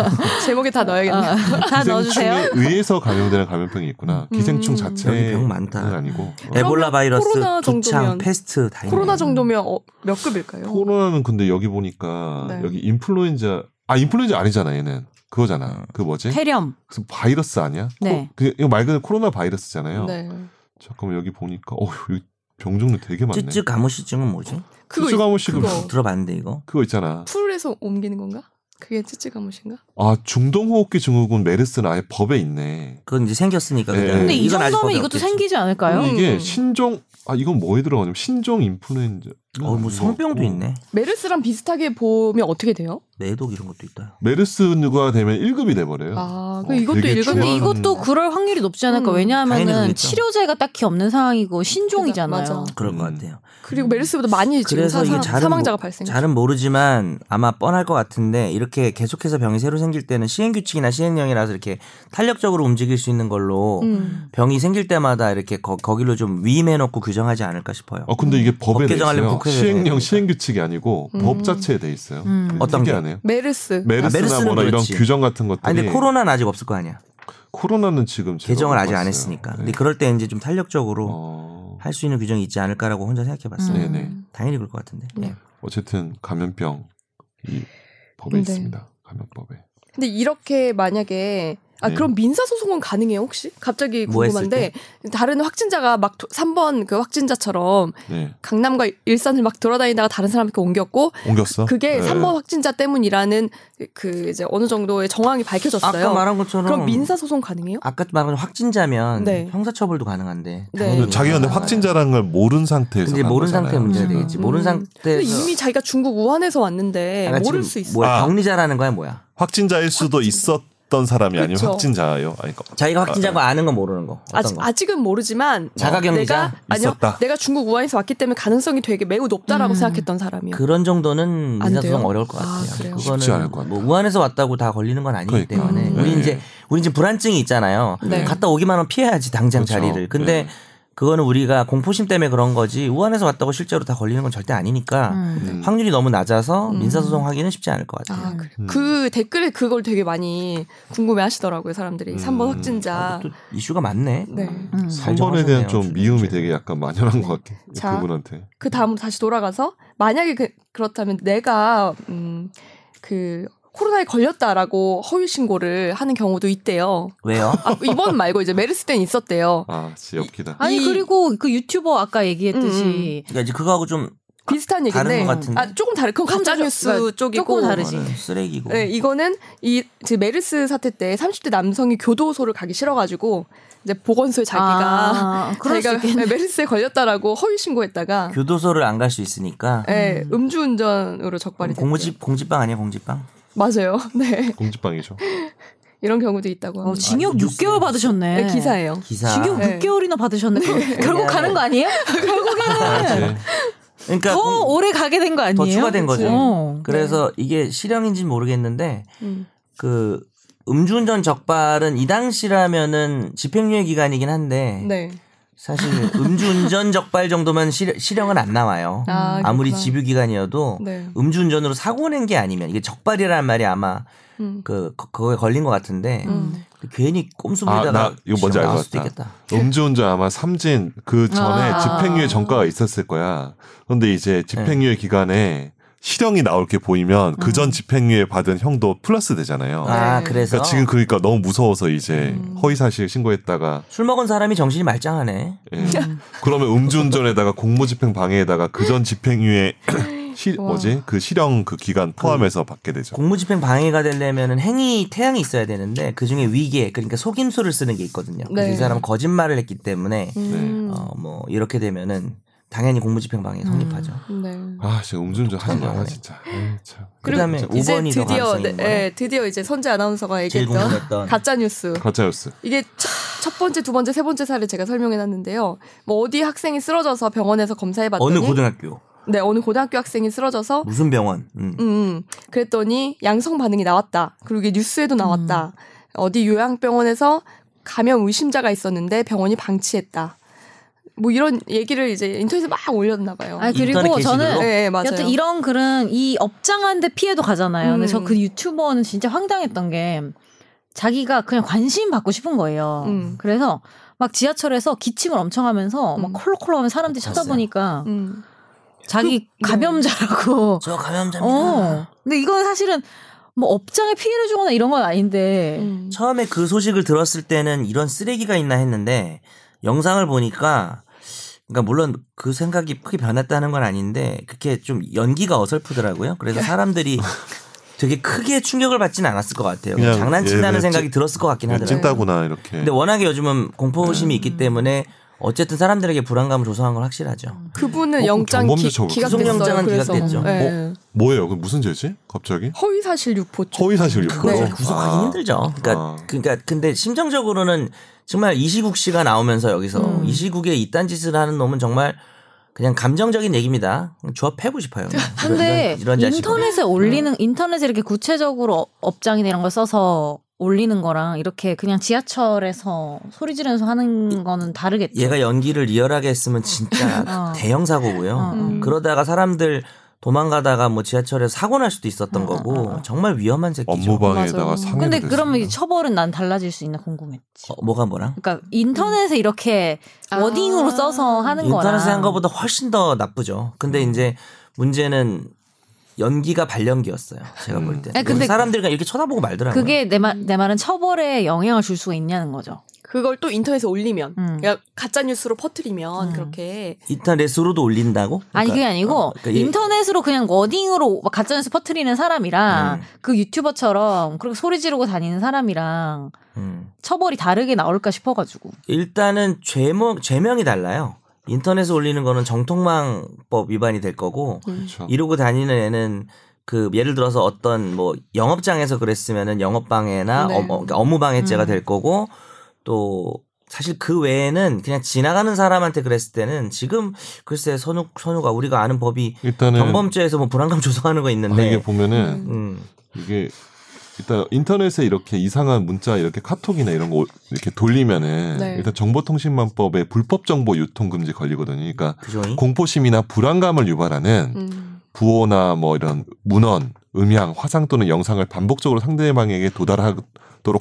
A: 제목에 다 아,
D: 아,
A: 넣어야겠네요.
D: 다 넣어주세요.
B: 기생충에 의해서 감염되는 감염병이 있구나. 기생충
A: 음.
B: 자체는
C: 여기 네, 병 많다.
B: 아니고 어.
C: 에볼라 바이러스,
A: 코로나
C: 두창,
A: 정도면-
C: 패스트 다 있네.
A: 코로나 정도면 어, 몇 급일까요?
B: 코로나는 근데 여기 보니까
A: 네.
B: 여기 인플루엔자 아 인플루엔자 아니잖아 얘는
C: 음.
B: 그거잖아. 그
C: 네?
B: 뭐지?
D: 폐렴.
B: 그 바이러스 아니야?
D: 네.
B: 코- 그, 이거 말 그대로 코로나 바이러스잖아요.
A: 네.
B: 잠깐만 여기 보니까 어 여기 병 종류 되게 많네.
C: 쯔쯔 가무시증은 뭐지?
A: 그거
B: 쯔쯔 가무시금
A: 그거.
C: 들어봤는데 이거.
B: 그거 있잖아.
A: 풀에서 옮기는 건가? 그게 쯔쯔가무신가?
B: 아 중동호흡기 증후군 메르스는 아예 법에 있네.
C: 그건 이제 생겼으니까.
B: 예,
C: 그냥.
B: 예.
D: 근데 이
C: 이건 아직
D: 정도면
C: 법에
D: 이것도
C: 없겠지.
D: 생기지 않을까요?
A: 음.
B: 이게 신종 아 이건 뭐에 들어가냐면 신종 인플루엔자.
C: 어, 뭐 성병도 있네.
A: 메르스랑 비슷하게 보면 어떻게 돼요?
C: 매독 이런 것도 있다.
B: 메르스가 되면 1급이 돼버려요.
A: 아,
B: 어,
A: 그럼 이것도
B: 되게
A: 일급
B: 중요한-
D: 근데 이것도
C: 음.
D: 그럴 확률이 높지 않을까?
A: 음.
C: 당연히
D: 왜냐하면은
C: 그렇겠죠.
D: 치료제가 딱히 없는 상황이고
A: 그죠,
D: 신종이잖아요.
A: 맞아.
C: 그럴 것
B: 음.
C: 같아요.
A: 그리고 메르스보다 많이 지금 사,
C: 그래서 이게 잘은
A: 망자가
C: 뭐-
A: 발생.
C: 잘은 모르지만 아마 뻔할 것 같은데 이렇게 계속해서 병이 새로 생길 때는 시행규칙이나 시행령이라서 이렇게 탄력적으로 움직일 수 있는 걸로
A: 음.
C: 병이 생길 때마다 이렇게 거, 거기로 좀 위임해놓고 규정하지 않을까 싶어요.
B: 아 근데 이게 법에
C: 법
B: 돼
C: 개정하려면
B: 있어요.
C: 국회에서 해야
B: 시행령
C: 되니까.
B: 시행규칙이 아니고
A: 음.
B: 법 자체에 돼 있어요. 그
D: 음.
B: 되게
C: 어떤 게? 아,
B: 신기하네요.
A: 메르스.
B: 메르스나
C: 메르스는
B: 뭐나 이런
C: 그렇지.
B: 규정 같은 것들이
C: 아니 근데 코로나는 아직 없을 거 아니야.
B: 코로나는 지금 제가
C: 개정을
B: 못
C: 아직 안
B: 봤어요.
C: 했으니까.
B: 네.
C: 근데 그럴 때 이제 좀 탄력적으로
B: 어...
C: 할 수 있는 규정이 있지 않을까라고 혼자
D: 음.
C: 생각해봤어요.
B: 네, 네.
C: 당연히 그럴 것 같은데. 네.
B: 어쨌든 감염병 이 법에
A: 네.
B: 있습니다. 감염법에.
A: 근데 이렇게 만약에 아
B: 네.
A: 그럼 민사 소송은 가능해요 혹시? 갑자기
C: 뭐 했을
A: 궁금한데 다른 확진자가 막 3번 그 확진자처럼
B: 네.
A: 강남과 일산을 막 돌아다니다가 다른 사람한테 옮겼고
B: 옮겼어?
A: 그게
B: 네.
A: 3번 확진자 때문이라는 그 이제 어느 정도의 정황이 밝혀졌어요.
C: 아까 말한 것처럼
A: 그럼 민사 소송 가능해요?
C: 아까 말한 확진자면
A: 네.
C: 형사처벌도 가능한데.
A: 네.
C: 당연히
B: 자기가 근데
C: 가능하잖아요.
B: 확진자라는 걸 모른 상태에서
C: 근데
B: 간
C: 모른
B: 거잖아요.
C: 상태 문제가
A: 음.
C: 되겠지. 모른
A: 음. 근데
C: 상태에서
A: 이미 자기가 중국 우한에서 왔는데
C: 약간
A: 모를
C: 네. 지금
A: 수 있어.
C: 뭐야
B: 아.
C: 격리자라는 거야 뭐야?
B: 확진자일 수도 있었던 사람이 아니면
A: 그쵸.
B: 확진자예요. 아니 그
C: 자기가 확진자고 아는 건 모르는 거. 어떤
A: 아직,
C: 거?
A: 아직은 모르지만
C: 자가격리자?
A: 내가 아니요
B: 있었다.
A: 내가 중국 우한에서 왔기 때문에 가능성이 되게 매우 높다라고
D: 음.
A: 생각했던 사람이요.
C: 그런 정도는
A: 예. 안
C: 민사소송
A: 돼요?
C: 어려울 것
A: 아,
C: 같아요.
A: 그래요?
B: 쉽지 않을 것 같아요.
C: 뭐 우한에서 왔다고 다 걸리는 건 아니기
B: 그러니까.
C: 때문에
A: 음.
C: 우리
B: 네.
C: 이제 우리 지금 불안증이 있잖아요.
A: 네.
C: 갔다 오기만 하면 피해야지 당장
B: 그렇죠.
C: 자리를. 근데
B: 네.
C: 그거는 우리가 공포심 때문에 그런 거지 우한에서 왔다고 실제로 다 걸리는 건 절대 아니니까
D: 음.
B: 음.
C: 확률이 너무 낮아서
A: 음.
C: 민사소송 하기는 쉽지 않을 것 같아요.
A: 아, 그래.
B: 음.
A: 그 댓글에 그걸 되게 많이 궁금해 하시더라고요, 사람들이.
B: 음.
A: 3번
C: 아,
A: 확진자.
C: 이것도 이슈가 많네.
A: 네.
D: 음.
B: 삼번에 대한 좀
C: 진짜.
B: 미움이 되게 약간 만연한 것 같아요.
A: 자.
B: 그분한테.
A: 그 다음으로 다시 돌아가서, 만약에 그, 그렇다면 내가, 음, 그, 코로나에 걸렸다라고 허위신고를 하는 경우도 있대요.
C: 왜요?
A: 아, 이번 말고 이제 메르스 때는 있었대요.
B: 아, 진짜 엽기다.
D: 아니
A: 이- 음,
D: 그리고 그 유튜버 아까 얘기했듯이
C: 그러니까 이제 그거하고 좀
A: 비슷한
C: 다른
A: 얘기인데.
C: 것 같은데.
A: 아, 조금 다르, 그건 가짜뉴스
D: 그러니까
A: 쪽이고.
D: 조금 다르지.
C: 그거는 쓰레기고.
A: 네, 이거는 이 지금 메르스 사태 때 30대 남성이 교도소를 가기 싫어가지고 이제 보건소에 자기가
D: 아, 그럴 수
A: 자기가
D: 있겠네.
A: 메르스에 걸렸다라고 허위 신고했다가
C: 교도소를 안 갈 수 있으니까
A: 예, 음주운전으로 적발이 됐대요.
C: 공무집 공집방 아니야 공집방?
A: 맞아요. 네
B: 공지방이죠.
A: 이런 경우도 있다고
D: 어,
A: 합니다.
D: 징역
C: 아, 뉴스에
D: 6개월 받으셨네.
A: 네, 기사예요.
C: 기사.
D: 징역
A: 네.
D: 6개월이나 받으셨네. 그럼 결국 가는 거 아니에요? 결국에는
C: 그러니까
D: 더
C: 공-
D: 오래 가게 된 거 아니에요?
C: 더 추가된 거죠.
D: 어.
A: 네.
C: 그래서 이게 실형인지는 모르겠는데
A: 음.
C: 그 음주운전 적발은 이 당시라면은 집행유예 기간이긴 한데
A: 네.
C: 사실 음주운전 적발 정도만 실, 실형은 안 나와요.
A: 아,
C: 음, 아무리
A: 그렇구나.
C: 집유 기간이어도
A: 네.
C: 음주운전으로 사고 낸 게 아니면 이게 적발이라는 말이 아마
A: 음.
C: 그 거- 그거에 걸린 것 같은데 그
A: 음.
C: 괜히 꼼수 부리다가
B: 아, 나 이거 뭔지
C: 실형
B: 알것
C: 나올 수도
B: 같다.
C: 있겠다.
B: 음주운전 아마 삼진 그 전에
D: 아.
B: 집행유예 전과가 있었을 거야. 그런데 이제 집행유예 기간에 실형이 나올 게 보이면 그 전 집행유예 받은 형도 플러스 되잖아요.
C: 아
A: 네.
C: 그래서
B: 그러니까 지금 그러니까 너무 무서워서 이제 허위 사실 신고했다가
C: 술 먹은 사람이 정신이 말짱하네.
B: 예. 그러면 음주운전에다가 공무집행 방해에다가 그 전 집행유예 시, 뭐지 그 실형 그 기간 포함해서 받게 되죠.
C: 공무집행 방해가 되려면은 행위 태양이 있어야 되는데 그 중에 위계 그러니까 속임수를 쓰는 게 있거든요. 그래서
A: 네.
C: 이 사람은 거짓말을 했기 때문에
A: 음.
C: 어 뭐 이렇게 되면은 당연히 공무집행 방해 성립하죠.
A: 네.
B: 아 진짜 음주운전 하지 마라 진짜. 아이, 참.
C: 그다음에
A: 그리고 이제
C: 5번이 더
A: 드디어
C: 가능성인
A: 네,
C: 거예요.
A: 예, 드디어 이제 선재 아나운서가
C: 제일
A: 얘기했던
C: 궁금했던
A: 가짜 뉴스.
B: 가짜였어.
A: 이게 첫- 첫 번째, 두 번째, 세 번째 사례 제가 설명해 놨는데요. 뭐 어디 학생이 쓰러져서 병원에서 검사해 봤더니
C: 어느 고등학교
A: 네, 어느 고등학교 학생이 쓰러져서
C: 무슨 병원 음.
A: 음, 그랬더니 양성 반응이 나왔다. 그리고 이게 뉴스에도 나왔다. 어디 요양병원에서 감염 의심자가 있었는데 병원이 방치했다. 뭐 이런 얘기를 이제 인터넷에 막 올렸나 봐요.
D: 아
C: 인터넷
D: 그리고
C: 게시글로?
D: 저는
A: 네, 네, 맞아요.
D: 여튼 이런 글은 이 업장한테 피해도 가잖아요.
A: 음.
D: 근데 저 그 유튜버는 진짜 황당했던 게 자기가 그냥 관심 받고 싶은 거예요.
A: 음.
D: 그래서 막 지하철에서 기침을 엄청 하면서
A: 음.
D: 막 콜록콜록 하면 사람들이
C: 봤어요.
D: 쳐다보니까
A: 음. 그, 네.
D: 자기 감염자라고.
C: 저
D: 어.
C: 감염자입니다.
D: 근데 이건 사실은 뭐 업장에 피해를 주거나 이런 건 아닌데.
A: 음.
C: 처음에 그 소식을 들었을 때는 이런 쓰레기가 있나 했는데 영상을 보니까 그러니까 물론 그 생각이 크게 변했다는 건 아닌데 그게 좀 연기가 어설프더라고요. 그래서 사람들이 되게 크게 충격을 받지는 않았을 것 같아요.
B: 그냥
C: 장난친다는
B: 예,
C: 생각이
B: 찜-
C: 들었을 것 같긴 하더라고요.
B: 찐따구나 이렇게.
C: 네, 근데 워낙에 요즘은 공포심이 있기 때문에 어쨌든 사람들에게 불안감을 조성한 건 확실하죠.
A: 그분은
B: 어,
A: 영장 기,
B: 경범죄 처벌.
A: 기각됐어요.
C: 구속영장은
A: 그래서.
C: 기각됐죠.
A: 네.
B: 뭐예요? 그 무슨 죄지? 갑자기?
A: 허위사실 유포죄.
B: 허위사실 유포.
C: 그걸
A: 네.
C: 구속하기
B: 아.
C: 힘들죠. 그러니까
B: 아.
C: 그러니까 근데 심정적으로는 정말 이시국 씨가 나오면서 여기서
D: 음.
C: 이시국에 이딴 짓을 하는 놈은 정말 그냥 감정적인 얘기입니다. 조합 패고 싶어요.
D: 근데
C: 이런, 이런 자식은.
D: 인터넷에
A: 음.
D: 올리는 인터넷에 이렇게 구체적으로 어- 업장이나 이런 걸 써서 올리는 거랑 이렇게 그냥 지하철에서 소리 지르면서 하는 거는 다르겠죠.
C: 얘가 연기를 리얼하게 했으면 진짜
D: 어.
C: 대형 사고고요.
D: 어,
A: 음.
C: 그러다가 사람들 도망가다가 뭐 지하철에 서 사고 날 수도
D: 아.
C: 있었던 거고 정말 위험한 새끼죠.
B: 업무방해에다가
A: 맞아요.
B: 상해.
D: 근데 그러면 이 처벌은 난 달라질 수 있나 궁금했지.
C: 어, 뭐가 뭐랑?
D: 그러니까 인터넷에 이렇게
A: 음. 아.
D: 워딩으로 써서 하는 거랑 음.
C: 인터넷에 한 거보다 훨씬 더 나쁘죠. 근데 이제 문제는 연기가 발연기였어요. 제가 볼 때.
D: 음. 아니, 근데
C: 사람들이 그냥 이렇게 쳐다보고 말더라고요.
D: 그게 내 말 내 말은 처벌에 영향을 줄 수가 있냐는 거죠.
A: 그걸 또 인터넷에 올리면
D: 음.
A: 그러니까 가짜 뉴스로 퍼뜨리면
C: 음.
A: 그렇게
C: 인터넷으로 올린다고?
D: 아니 그게
C: 그러니까,
D: 아니고
C: 어, 그러니까 이-
D: 인터넷으로 그냥 워딩으로 막 가짜뉴스 퍼트리는 사람이랑
C: 음.
D: 그 유튜버처럼 그렇게 소리 지르고 다니는 사람이랑
C: 음.
D: 처벌이 다르게 나올까 싶어가지고
C: 일단은 죄명 죄명이 달라요. 인터넷에 올리는 거는 정통망법 위반이 될 거고
A: 어.
B: 그렇죠.
C: 이러고 다니는 애는 그 예를 들어서 어떤 뭐 영업장에서 그랬으면은 영업방해나
A: 네.
C: 업무, 그러니까 업무방해죄가
D: 음.
C: 될 거고 또 사실 그 외에는 그냥 지나가는 사람한테 그랬을 때는 지금 글쎄 선우 선우가 우리가 아는 법이
B: 일단은
C: 경범죄에서 뭐 불안감 조성하는 거
B: 네. 아, 이게
C: 있는데
B: 보면은
C: 음.
B: 이게 일단 인터넷에 이렇게 이상한 문자 이렇게 카톡이나 이런 거 이렇게 돌리면은
A: 네.
B: 일단 정보통신망법에 불법 정보 유통 금지 걸리거든요. 그러니까
C: 그죠?
B: 공포심이나 불안감을 유발하는
A: 음.
B: 부호나 뭐 이런 문헌, 음향, 화상 또는 영상을 반복적으로 상대방에게 도달하도록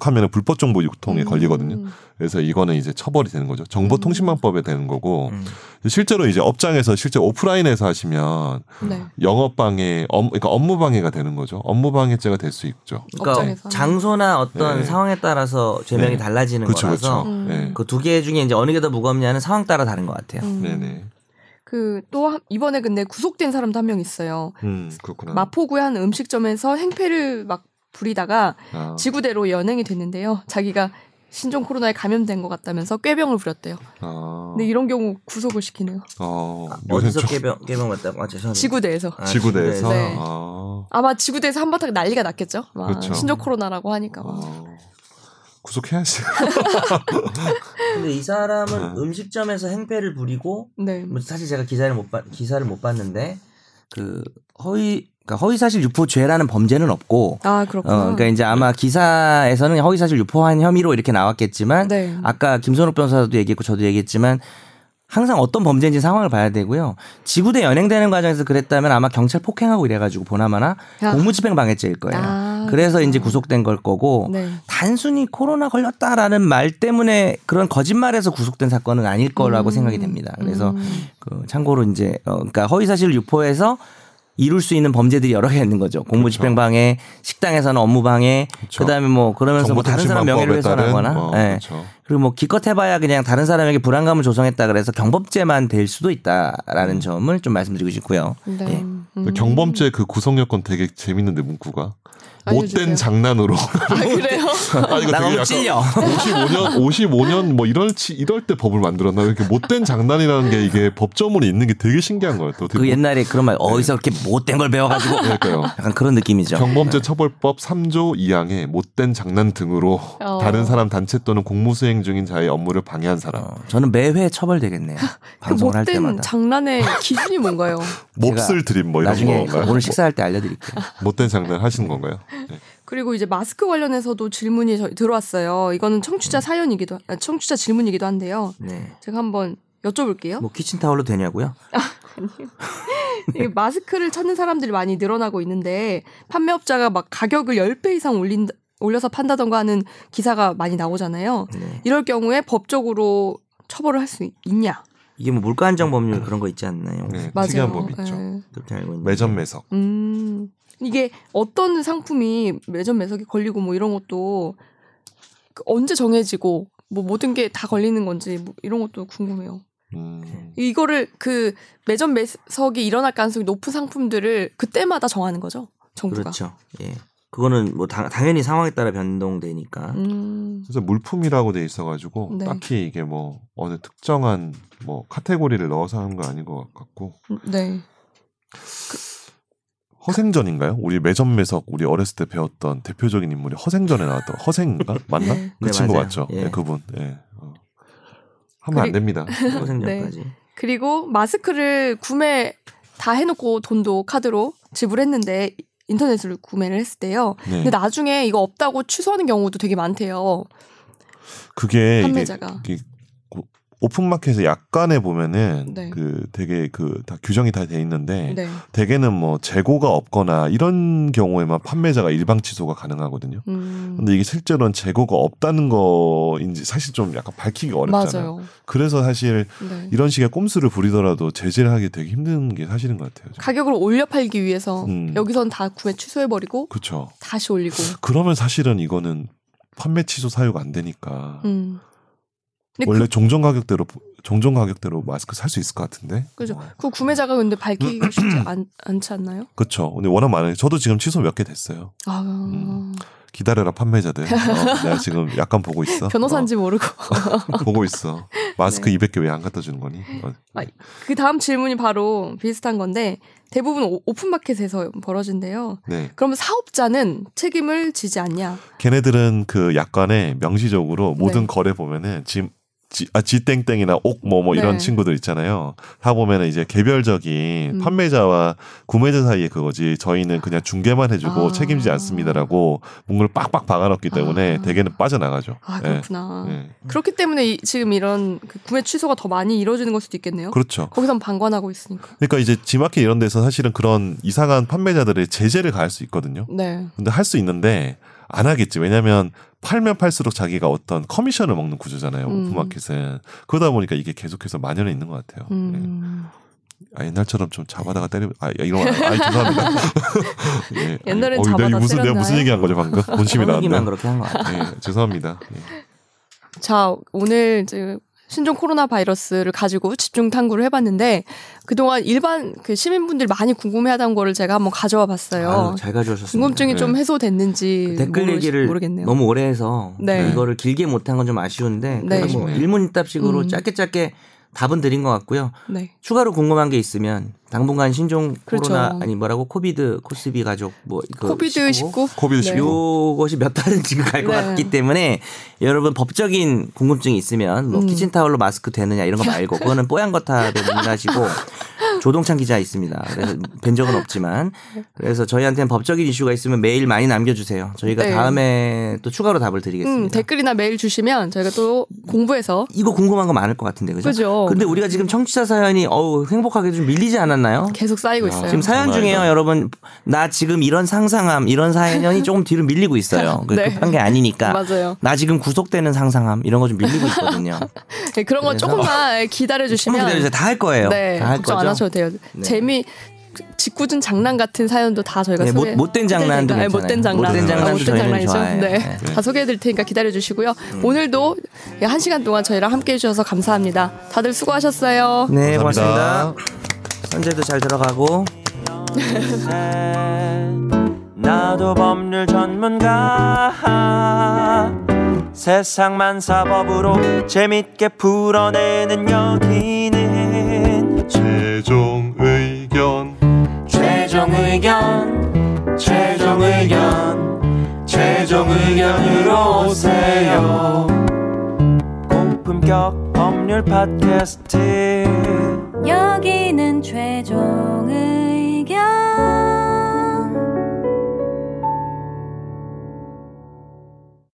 B: 하면 불법 정보 유통에 걸리거든요.
A: 음.
B: 그래서 이거는 이제 처벌이 되는 거죠. 정보통신망법에 되는 거고
C: 음.
B: 실제로 이제 업장에서 실제 오프라인에서 하시면
C: 음.
A: 네.
B: 영업 방해, 업, 그러니까 업무 방해가 되는 거죠. 업무 방해죄가 될 수 있죠.
C: 그러니까
A: 업장에서는.
C: 장소나 어떤
B: 네.
C: 상황에 따라서 죄명이
B: 네.
C: 달라지는
B: 그렇죠,
C: 거라서
B: 그렇죠.
A: 음.
B: 네.
C: 그 두 개 중에 이제 어느 게 더 무겁냐는 상황 따라 다른 것 같아요.
A: 음.
B: 네네.
A: 그 또 이번에 근데 구속된 사람도 한 명 있어요.
B: 음, 그렇구나.
A: 마포구의 한 음식점에서 행패를 막 부리다가
B: 아.
A: 지구대로 연행이 됐는데요. 자기가 신종 코로나에 감염된 것 같다면서 꾀병을 부렸대요.
B: 아.
A: 근데 이런 경우 구속을 시키네요.
B: 어, 요새
C: 아, 어디서
B: 좀
C: 개병 개병 왔다고? 아
B: 어.
C: 죄송합니다.
A: 지구대에서.
C: 아,
B: 지구대에서.
A: 네.
B: 아.
A: 아마 지구대에서 한바탕 난리가 났겠죠. 막
B: 그렇죠.
A: 신종 코로나라고 하니까. 막.
B: 어. 구속해야지.
C: 근데 이 사람은
B: 아.
C: 음식점에서 행패를 부리고
A: 네.
C: 뭐 사실 제가 기사를 못 봤, 기사를 못 봤는데 그 허위 그러니까 허위사실 유포죄라는 범죄는 없고
A: 아
C: 어,
A: 그렇구나.
C: 그러니까 이제 아마 기사에서는 허위사실 유포한 혐의로 이렇게 나왔겠지만
A: 네.
C: 아까 김선욱 변호사도 얘기했고 저도 얘기했지만 항상 어떤 범죄인지 상황을 봐야 되고요. 지구대 연행되는 과정에서 그랬다면 아마 경찰 폭행하고 이래가지고 보나마나
A: 야.
C: 공무집행 방해죄일 거예요.
A: 아,
C: 그래서 이제 구속된 걸 거고
A: 네.
C: 단순히 코로나 걸렸다라는 말 때문에 그런 거짓말에서 구속된 사건은 아닐
A: 음.
C: 거라고 생각이 됩니다. 그래서 그 참고로 이제 어 그러니까 허위 사실 유포해서 이룰 수 있는 범죄들이 여러 개 있는 거죠. 공무집행 방해, 식당에서는 업무 방해,
B: 그렇죠.
C: 그다음에뭐 그러면서 뭐 다른 사람
B: 정보통신망법에
C: 명예를
B: 따른
C: 훼손하거나,
B: 뭐,
C: 예.
B: 그렇죠.
C: 그리고 뭐 기껏 해봐야 그냥 다른 사람에게 불안감을 조성했다 그래서 경범죄만 될 수도 있다라는 점을 좀 말씀드리고 싶고요.
A: 네.
C: 예.
A: 음.
B: 경범죄 그 구성 요건 되게 재밌는데 문구가
A: 아, 알려주세요.
B: 못된 장난으로
A: 아 그래요?
B: 아 이거 되게
C: 나 너무
B: 약간
C: 찔려.
B: 55년 55년 뭐 이럴 치 이럴 때 법을 만들었나 이렇게 못된 장난이라는 게 이게 법조문에 있는 게 되게 신기한 거예요. 또
C: 그
B: 되게 네.
C: 옛날에 그런 말 어디서 그렇게 못된 걸 배워가지고
B: 그러니까요.
C: 약간 그런 느낌이죠.
B: 경범죄 처벌법 3조 2항에 못된 장난 등으로
A: 어.
B: 다른 사람 단체 또는 공무수행 중인 자의 업무를 방해한 사람
C: 어, 저는 매회 처벌되겠네요.
A: 그
C: 방송을 할
A: 못된
C: 때마다.
A: 장난의 기준이 뭔가요?
B: 몹쓸 드림 뭐 이런
C: 나중에 그
B: 건가요?
C: 오늘 식사할 때 알려드릴게요.
B: 뭐, 못된 장난 하시는 건가요? 네.
A: 그리고 이제 마스크 관련해서도 질문이 저- 들어왔어요. 이거는
B: 음.
A: 청취자 사연이기도 아, 청취자 질문이기도 한데요.
C: 네.
A: 제가 한번 여쭤볼게요.
C: 뭐 키친타올로 되냐고요?
B: 네.
A: 이 마스크를 찾는 사람들이 많이 늘어나고 있는데 판매업자가 막 가격을 10배 이상 올린 올려서 판다던가 하는 기사가 많이 나오잖아요.
C: 네.
A: 이럴 경우에 법적으로 처벌을 할 수 있냐?
C: 이게 뭐 물가 안정 법률 그런 거 있지 않나요?
B: 네,
A: 맞아요.
B: 특이한 법이 있죠.
A: 예.
C: 그렇게 알고 있는데.
B: 매점 매석.
A: 음. 이게 어떤 상품이 매점 매석이 걸리고 뭐 이런 것도 그 언제 정해지고 뭐 모든 게 다 걸리는 건지 뭐 이런 것도 궁금해요.
B: 음.
A: 이거를 그 매점 매석이 일어날 가능성이 높은 상품들을 그때마다 정하는 거죠. 정부가.
C: 그렇죠. 예. 그거는 뭐 당, 연히 상황에 따라 변동되니까.
A: 음.
B: 그래서 물품이라고 돼 있어가지고
A: 네.
B: 딱히 이게 뭐 어느 특정한 뭐 카테고리를 넣어서 하는 건 아닌 것 같고
A: 네.
B: 허생전인가요? 우리 매점 매석 우리 어렸을 때 배웠던 대표적인 인물이 허생전에 나왔던 허생인가 맞나?
A: 네.
B: 그
C: 네,
B: 친구
C: 맞아요.
B: 맞죠?
C: 예.
B: 네, 그분. 예. 어. 하면 안
A: 그리-
B: 됩니다. 네.
C: 평생전까지.
A: 그리고 마스크를 구매 다 해놓고 돈도 카드로 지불했는데 인터넷으로 구매를 했을 때요.
B: 네.
A: 근데 나중에 이거 없다고 취소하는 경우도 되게 많대요.
B: 그게 이게
A: 판매자가.
B: 이게 고- 오픈마켓에 약간에 보면은
A: 네.
B: 그 되게 그 다 규정이 다 돼 있는데
A: 네.
B: 대개는 뭐 재고가 없거나 이런 경우에만 판매자가 일방 취소가 가능하거든요.
A: 음,
B: 근데 이게 실제로는 재고가 없다는 거인지 사실 좀 약간 밝히기 어렵잖아요.
A: 맞아요.
B: 그래서 사실
A: 네.
B: 이런 식의 꼼수를 부리더라도 제재하기 되게 힘든 게 사실인 것 같아요.
A: 가격을 올려 팔기 위해서
B: 음.
A: 여기선 다 구매 취소해버리고
B: 그렇죠.
A: 다시 올리고.
B: 그러면 사실은 이거는 판매 취소 사유가 안 되니까
A: 음. 근데 그
B: 원래 종전 가격대로 종전 가격대로 마스크 살 수 있을 것 같은데.
A: 그죠. 그 구매자가 근데 밝히기 쉽지 않, 않지 않나요?
B: 그렇죠. 근데 워낙 많아요. 저도 지금 취소 몇 개 됐어요.
A: 아,
B: 음. 기다려라 판매자들. 어, 내가 지금 약간 보고 있어.
A: 변호사인지 모르고.
B: 어, 보고 있어. 마스크 200개 왜 안 갖다 주는 거니? 어,
A: 네. 아, 그 다음 질문이 바로 비슷한 건데 대부분 오- 오픈마켓에서 벌어진대요.
B: 네.
A: 그럼 사업자는 책임을 지지 않냐?
B: 걔네들은 그 약관에 명시적으로 모든
A: 네.
B: 거래 보면은 지금 지, 아, 지땡땡이나 옥 뭐 뭐 이런
A: 네.
B: 친구들 있잖아요. 다 보면은 이제 개별적인
A: 음.
B: 판매자와 구매자 사이에 그거지 저희는 그냥 중개만 해주고
A: 아.
B: 책임지지 않습니다라고 문구를 빡빡 박아놨기 때문에
A: 아.
B: 대개는 빠져나가죠.
A: 아
B: 예,
A: 그렇구나.
B: 예.
A: 그렇기 때문에 이- 지금 이런 그 구매 취소가 더 많이 이루어지는 걸 수도 있겠네요.
B: 그렇죠.
A: 거기선 방관하고 있으니까.
B: 그러니까 이제 지마켓 이런 데서 사실은 그런 이상한 판매자들의 제재를 가할 수 있거든요.
A: 네.
B: 근데 할 수 있는데 안 하겠지. 왜냐면 팔면 팔수록 자기가 어떤 커미션을 먹는 구조잖아요.
A: 음.
B: 오픈마켓은. 그러다 보니까 이게 계속해서 만연해 있는 것 같아요. 예.
A: 음.
B: 아, 옛날처럼 좀 잡아다가 때리면 아, 이런 거. 아, 죄송합니다. 예.
A: 옛날엔
B: 어이, 내가
A: 잡아다
B: 무슨 내가 무슨
A: 때렸나요?
B: 얘기한 거죠, 방금? 본심이
C: 그런 얘기만
B: 나왔네.
C: 그렇게 한 거 같아요.
B: 예, 죄송합니다. 예.
A: 자, 오늘 이제 신종 코로나 바이러스를 가지고 집중 탐구를 해봤는데 그동안 일반 그 시민분들이 많이 궁금해하던 거를 제가 한번 가져와 봤어요.
C: 아유, 잘 가져오셨습니다.
A: 궁금증이 좀
B: 네.
A: 해소됐는지
C: 그 댓글
A: 모르,
C: 얘기를
A: 모르겠네요.
C: 너무 오래 해서
A: 네.
C: 이거를 길게 못한 건 좀 아쉬운데
A: 네.
C: 그래도 뭐
B: 아쉽네요.
C: 일문일답식으로
A: 음.
C: 짧게 짧게 답은 드린 것 같고요.
A: 네.
C: 추가로 궁금한 게 있으면 당분간 신종
A: 그렇죠.
C: 코로나 아니 뭐라고 코비드 코스비 가족 뭐그
A: 코비드 19.
B: 코비드
A: 네.
B: 19.
C: 요것이 몇 달은 지금 갈 것
A: 네.
C: 같기 때문에 여러분 법적인 궁금증이 있으면 뭐
A: 음. 네.
C: 키친타올로 마스크 되느냐 이런 거 말고 그거는 뽀얀 거탑에 문의하시고 조동찬 기자 있습니다. 그래서 뵌 적은 없지만
A: 네.
C: 그래서 저희한테는 법적인 이슈가 있으면 메일 많이 남겨주세요. 저희가
A: 네.
C: 다음에 또 추가로 답을 드리겠습니다.
A: 음, 댓글이나 메일 주시면 저희가 또 공부해서
C: 이거 궁금한 거 많을 것 같은데 그죠?
A: 그죠.
C: 근데 우리가 지금 청취자 사연이 어우 행복하게 좀 밀리지 않았나요?
A: 계속 쌓이고 있어요.
C: 지금 사연
E: 정말.
C: 중에요, 여러분. 나 지금 이런 상상함, 이런 사연이 조금 뒤로 밀리고 있어요. 그
A: 네.
C: 급한 게 아니니까.
A: 맞아요.
C: 나 지금 구속되는 상상함, 이런 거 좀 밀리고 있거든요.
A: 네, 그런 거
C: 그래서-
A: 조금만 기다려
C: 한번 아, 기다려주세요.
A: 주시면
C: 다 할 거예요.
A: 네,
C: 다 할
A: 걱정 안
C: 거죠.
A: 하셔도 돼요.
C: 네.
A: 재미 직구준 장난 같은 사연도 다 저희가
C: 네,
A: 소개
C: 못, 못된 장난도
A: 아니,
C: 괜찮아요.
A: 못된 장난.
C: 못된
A: 아,
C: 장난도
A: 못된
C: 저희는
A: 장난이죠.
C: 좋아해요.
A: 네.
C: 네. 음.
A: 다 소개해 드릴 테니까 기다려 주시고요. 오늘도 한 시간 동안 저희랑 함께 해 주셔서 감사합니다. 다들 수고하셨어요.
C: 네,
B: 감사합니다.
C: 고맙습니다. 선재도 잘 들어가고.
F: 나도 법률 전문가 세상만 사법으로 재밌게 풀어내는 여기는
B: 최종 의견
F: 최종 의견 최종 의견 최종 의견으로 오세요 고품격 법률 팟캐스트
D: 여기는 최종